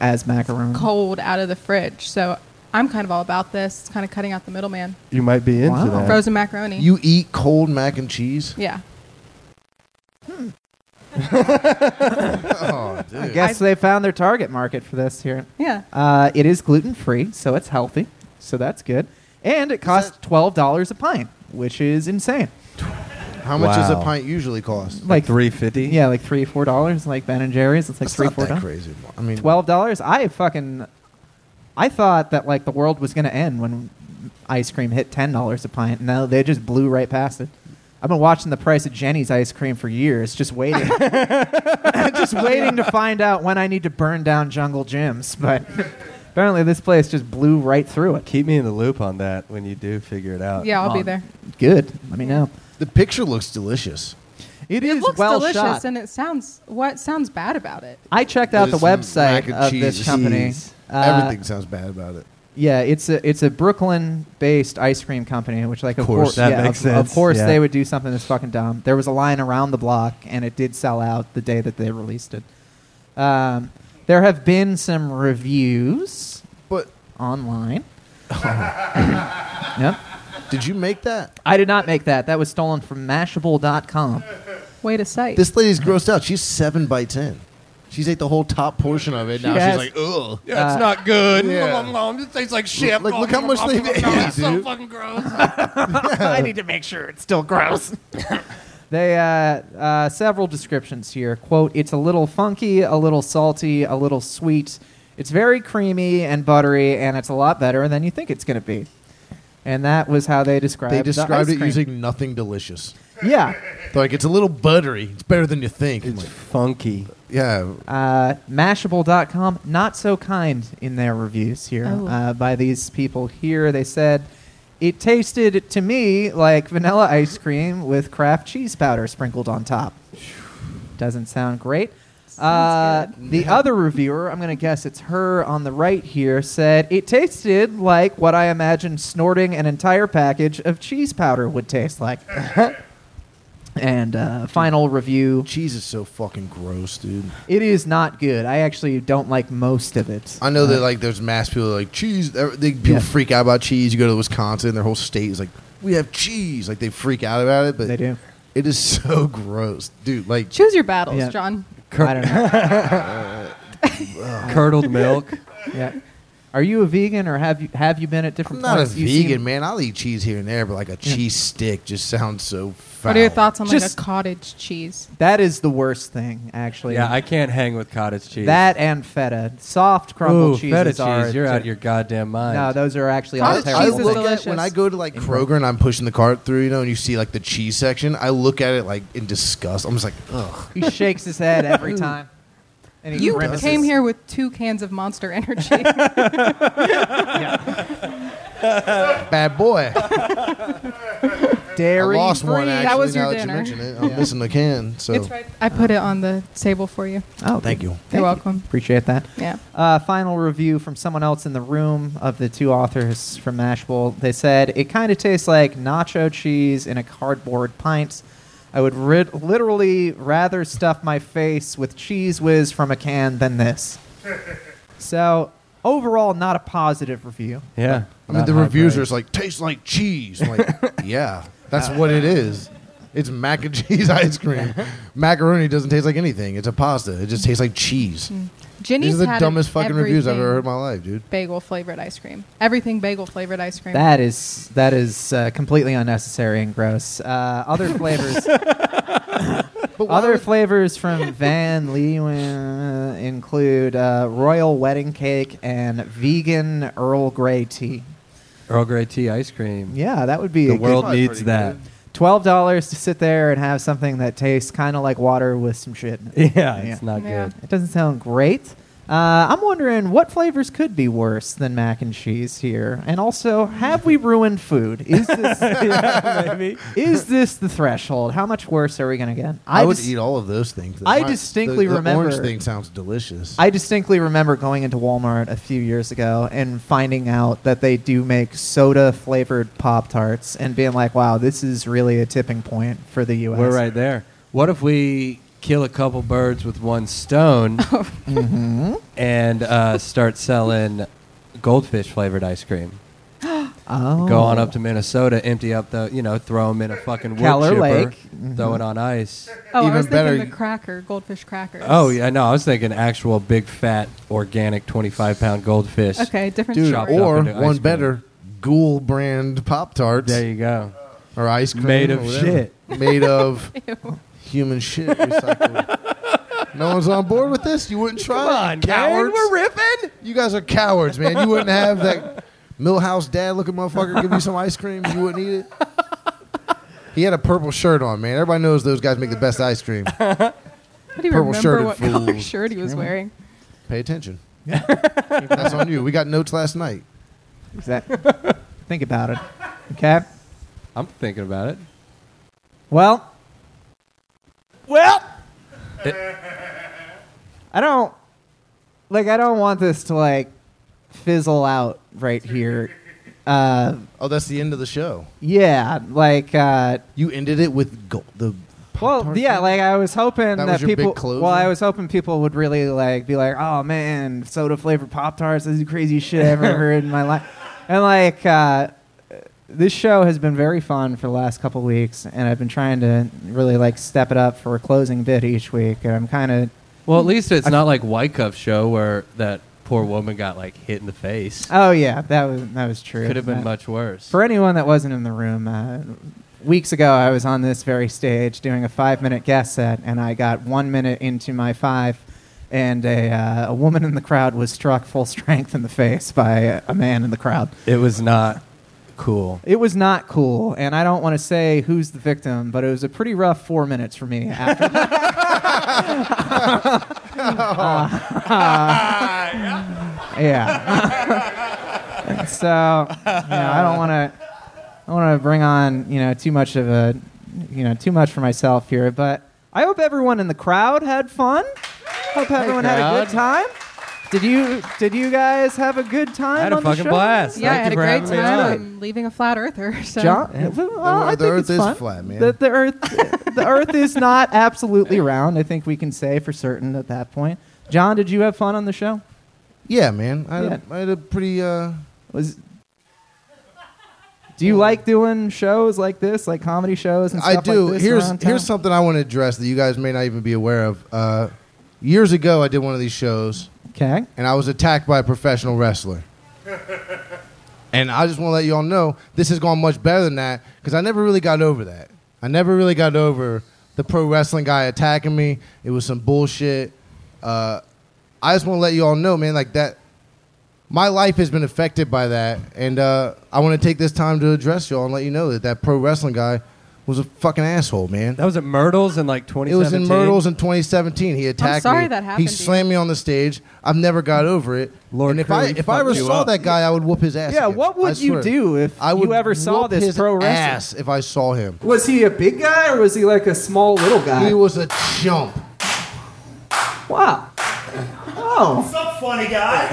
A: As macaroni.
D: cold out of the fridge, so I'm kind of all about this. It's kind of cutting out the middleman.
B: you might be into
A: Wow.
B: that.
D: Frozen macaroni.
C: You eat cold mac and cheese?
D: yeah.
C: Oh,
A: I
C: dude.
A: guess they found their target market for this here.
D: Yeah.
A: Uh, it is gluten free, so it's healthy, so that's good. And it costs twelve dollars a pint, which is insane.
C: How much does a
B: Wow.
C: pint usually cost?
A: Like
B: 350.
A: yeah, like three four dollars, like Ben and Jerry's. It's like
C: That's
A: three
C: not
A: four
C: that
A: dollars.
C: crazy. I mean,
A: Twelve dollars. I fucking, I thought that like the world was gonna end when ice cream hit ten dollars a pint. No, they just blew right past it. I've been watching the price of Jenny's ice cream for years, just waiting, just waiting to find out when I need to burn down Jungle Gyms. But apparently, this place just blew right through it.
B: Keep me in the loop on that when you do figure it out.
D: Yeah, I'll be
A: Uh, on.
D: there.
A: Good. Let me know.
C: the picture looks delicious.
A: It
D: It
A: is
D: looks
A: well
D: delicious,
A: shot.
D: and it sounds what sounds bad about it.
A: I checked out the
C: There's some
A: website
C: mac and
A: of this
C: cheese.
A: company.
B: Cheese.
A: Uh,
C: Everything sounds bad about it.
A: Yeah, it's a it's a Brooklyn-based ice cream company, which like of
B: course,
A: course,
B: that
A: yeah,
B: makes
A: of,
B: sense,
A: Of course,
B: yeah.
A: they would do something that's fucking dumb. There was a line around the block, and it did sell out the day that they released it. Um, there have been some reviews
C: But
A: online. yep.
C: did you make that?
A: I did not make that. That was stolen from Mashable.com.
D: Way to sight.
C: This lady's grossed out. She's seven by ten. She's ate the whole top portion of it. Now
A: has-
C: she's like, ugh.
F: Yeah, it's
A: Uh,
F: not good.
C: yeah.
F: Nom, nom, nom. It tastes like shit.
C: Look- look how much they've ate,
F: It's so
C: dude.
F: fucking gross.
A: I need to make sure it's still gross. they uh, uh, several descriptions here. Quote: It's a little funky, a little salty, a little sweet. It's very creamy and buttery, and it's a lot better than you think it's going to be. And that was how they described.
C: They
A: the
C: described
A: ice
C: it
A: cream.
C: using nothing delicious.
A: yeah.
C: They're like it's a little buttery. It's better than you think. I'm
B: It's
C: like,
B: funky.
C: yeah.
A: Uh, Mashable.com, not so kind in their reviews here
D: Oh.
A: uh, by these people here. They said, it tasted to me like vanilla ice cream with Kraft cheese powder sprinkled on top. Doesn't sound great. Uh,
D: Sounds
A: the other reviewer, I'm going to guess it's her on the right here, said, it tasted like what I imagined snorting an entire package of cheese powder would taste like. and uh, final review.
C: Cheese is so fucking gross, dude.
A: It is not good. I actually don't like most of it. Uh,
C: I know that like there's mass people that are like cheese. They, they- people
A: Yeah.
C: freak out about cheese. You go to Wisconsin, their whole state is like, we have cheese. Like they freak out about it, but
A: They do.
C: It is so gross, dude. Like
D: Choose your battles,
A: Yeah.
D: John.
A: I don't know.
B: Curdled milk.
A: Yeah. Are you a vegan or have you have you been at
C: I'm
A: different
C: not a
A: points? You seem-
C: vegan, man. I'll eat cheese here and there, but like a cheese stick just sounds so foul.
D: What are your thoughts on like
A: Just-
D: a cottage cheese?
A: That is the worst thing, actually.
B: Yeah, I can't hang with cottage cheese.
A: that and feta, soft crumble
B: Ooh,
A: cheeses
B: feta cheese.
A: are.
B: You're out of your goddamn mind.
A: No, those are actually all
C: I, I
A: terrible.
D: cheese is
C: look at
D: delicious.
C: when I go to like Kroger and I'm pushing the cart through, you know, and you see like the cheese section. I look at it like in disgust. I'm just like, ugh.
A: he shakes his head every time. And he
D: You
A: grimaces.
D: came here with two cans of Monster Energy.
C: Bad boy. I
A: dairy.
C: lost one.
D: free. That
C: Actually,
D: was your
C: now
D: dinner.
C: that you mention it, I'm missing the can. So
D: it's right. I put it on the table for you.
A: Oh,
C: Thank you.
D: You're welcome.
A: Appreciate that.
D: Yeah.
A: Uh, final review from someone else in the room of the two authors from Mashable. They said it kind of tastes like nacho cheese in a cardboard pint. I would ri- literally rather stuff my face with cheese whiz from a can than this. so overall, not a positive review.
B: yeah.
C: I mean, the reviews are just like tastes like cheese. I'm like, yeah, that's what it is. It's mac and cheese ice cream. Macaroni doesn't taste like anything. It's a pasta. It just tastes like cheese. These
D: Ginny's
C: are the
D: Hmm. had
C: dumbest fucking reviews I've
D: everything
C: ever heard in my life, dude.
D: Bagel flavored ice cream. Everything bagel flavored ice cream.
A: That is that is uh, completely unnecessary and gross. Uh, other flavors,
C: But why
A: other
C: would-
A: flavors from Van Leeuwen include uh, royal wedding cake and vegan Earl Grey tea.
B: Earl Grey tea ice cream.
A: Yeah, that would be
B: The
A: a good-
B: world
C: Probably
B: needs
C: pretty
B: that.
C: good.
A: twelve dollars to sit there and have something that tastes kind of like water with some shit. In it.
B: Yeah, it's not
D: Yeah.
B: good.
A: It doesn't sound great. Uh, I'm wondering what flavors could be worse than mac and cheese here, and also have we ruined food? Is this
E: yeah, maybe.
A: is this the threshold? How much worse are we gonna get?
C: I, would
A: dis-
C: eat all of those things.
A: I
C: My-
A: distinctly
C: the, the Orange
A: remember-
C: thing sounds delicious.
A: I distinctly remember going into Walmart a few years ago and finding out that they do make soda flavored Pop Tarts and being like, wow, this is really a tipping point for the U.S.
B: We're right there. What if we kill a couple birds with one stone
D: Oh.
B: and uh, start selling goldfish flavored ice cream?
A: Oh.
B: Go on up to Minnesota, empty up the, you know, throw them in a fucking wood
A: Keller
B: chipper,
A: Lake.
B: throw it on ice.
D: oh,
C: Even
D: I was
C: better-
D: thinking the cracker, goldfish crackers.
B: Oh yeah, no, I was thinking actual big fat organic twenty five pound goldfish.
D: Okay, different.
B: Dude,
D: story.
B: Chopped up
C: or
B: into ice
C: one
B: cream.
C: better, Ghoul brand Pop Tarts
B: There you go.
C: or ice cream
B: Made of
C: or whatever.
B: shit.
C: made of human shit. Recycled. no one's on board with this. You wouldn't try it, cowards.
B: ripping.
C: You guys are cowards, man. You wouldn't have that Millhouse dad looking motherfucker give you some ice cream. You wouldn't eat it. He had a purple shirt on, man. Everybody knows those guys make the best ice cream.
D: I don't
C: purple
D: even remember
C: shirted
D: what color
C: fools.
D: shirt he was wearing.
C: Pay attention. That's on you. We got notes last night.
A: Is that- think about it. Okay?
B: I'm thinking about it.
A: Well,
E: Well,
A: I don't. Like, I don't want this to, like, fizzle out right here. Uh,
C: Oh, that's the end of the show.
A: yeah, like, uh,
C: You ended it with gold. The
A: Well,
C: Pop-Tart
A: yeah,
C: thing?
A: like I was hoping
C: That
A: that,
C: was your big
A: people.
C: closer?
A: Well, I was hoping people would really like be like, "Oh man, soda flavored pop tarts is the craziest shit I ever heard in my life." And like, uh, this show has been very fun for the last couple weeks, and I've been trying to really like step it up for a closing bit each week, and I'm kind of.
B: Well, at least it's not like White Cup show where that poor woman got like hit in the face.
A: Oh yeah, that was that was true.
B: Could have been
A: That-
B: much worse.
A: For anyone that wasn't in the room, uh, weeks ago I was on this very stage doing a five minute guest set, and I got one minute into my five, and a, uh, a woman in the crowd was struck full strength in the face by a man in the crowd.
B: it was not cool.
A: It was not cool, and I don't want to say who's the victim, but it was a pretty rough four minutes for me. After that. Uh, yeah. so, you know, I don't want to. I want to bring on, you know, too much of a, you know, too much for myself here, but I hope everyone in the crowd had fun. Hope everyone had a
B: crowd.
A: good time. Did you did you guys have a good time?
B: I had a
A: on the
B: fucking
A: show?
B: blast.
D: Yeah, I
B: Thank
D: had a
B: you for
D: great
B: having me on.
D: time. I'm leaving a flat earther. So.
A: John, well,
C: wor-
A: I
C: the
A: think
C: Earth
A: it's
C: is
A: fun.
C: flat, man.
A: The, the Earth, the Earth is not absolutely round. I think we can say for certain at that point. John, did you have fun on the show?
C: Yeah, man. I,
A: Yeah.
C: Had, a, I had a pretty. Uh,
A: Was do you like doing shows like this, like comedy shows and stuff
C: I do.
A: like this
C: here's
A: around town?
C: here's something I want to address that you guys may not even be aware of. Uh, years ago, I did one of these shows,
A: okay.
C: and I was attacked by a professional wrestler. and I just want to let you all know this has gone much better than that because I never really got over that. I never really got over the pro wrestling guy attacking me. It was some bullshit. Uh, I just want to let you all know, man, like that. My life has been affected by that, and uh, I want to take this time to address y'all and let you know that that pro wrestling guy was a fucking asshole, man.
B: That was at Myrtle's in like
C: It
B: 2017.
C: was in Myrtles in 2017. He attacked
D: sorry
C: me.
D: that
C: He
D: happened to
C: slammed me on the stage. I've never got over it.
B: Lord
C: and if
B: Curry
C: I if I ever
B: fucked you
C: saw
B: up.
C: that guy, I would whoop his ass.
A: Yeah,
C: again.
A: what would
C: I
A: you
C: swear.
A: do if
C: I
A: you
C: would
A: ever saw
C: whoop
A: this
C: his
A: pro wrestler?
C: ass if I saw him?
A: Was he a big guy or was he like a small little guy?
C: He was a chump.
A: wow. Oh,
C: Oh.
G: What's up, funny guy?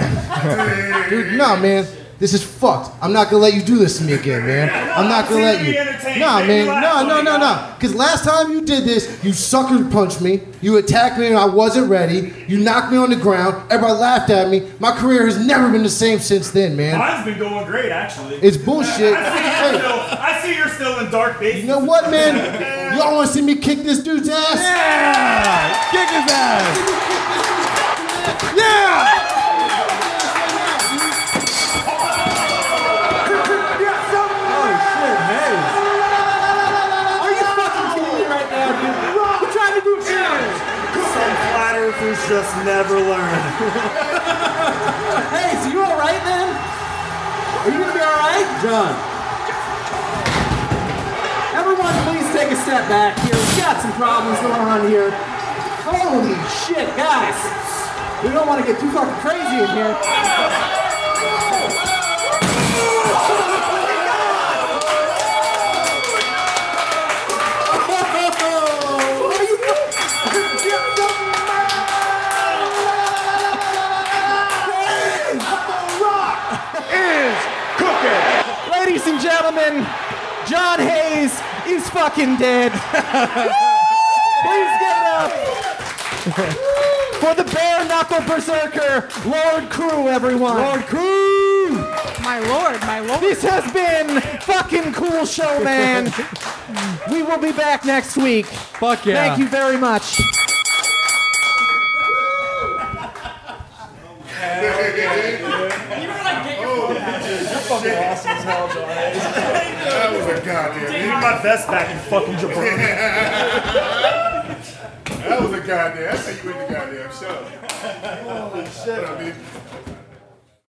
C: Dude, no, man. This is fucked. I'm not gonna let you do this to me again, man. I'm not gonna let you. Nah, man. No, no, no, no. Because last time you did this, you sucker punched me. You attacked me and I wasn't ready. You knocked me on the ground. Everybody laughed at me. My career has never been the same since then, man.
G: Mine's been going great, actually.
C: It's bullshit.
G: I see
C: Hey.
G: you're still, I see you're still in dark bases.
C: You know what, man? Y'all want to see me kick this dude's ass? Yeah! Kick his ass! Yeah!
H: Are you fucking kidding me right now, dude? I'm trying to do challenge.
G: Some flat earthers just never learn.
H: Hey, so you all right then? Are you gonna be all right, John? Everyone, please take a step back here. We got some problems going on here. Holy shit, guys! We don't want to get too fucking crazy in here. Are you
A: Ladies and gentlemen, John Hayes is fucking dead. Please give it up for the bare knuckle berserker, Lord Crew, everyone. Lord Crew!
D: My lord, my lord.
A: This has been fucking cool show, man. we will be back next week.
E: Fuck yeah.
A: Thank you very much.
F: That was a goddamn.
G: Give me my vest back and fucking Jabron.
F: That was a goddamn. That's how you win the goddamn show. Holy shit! I mean,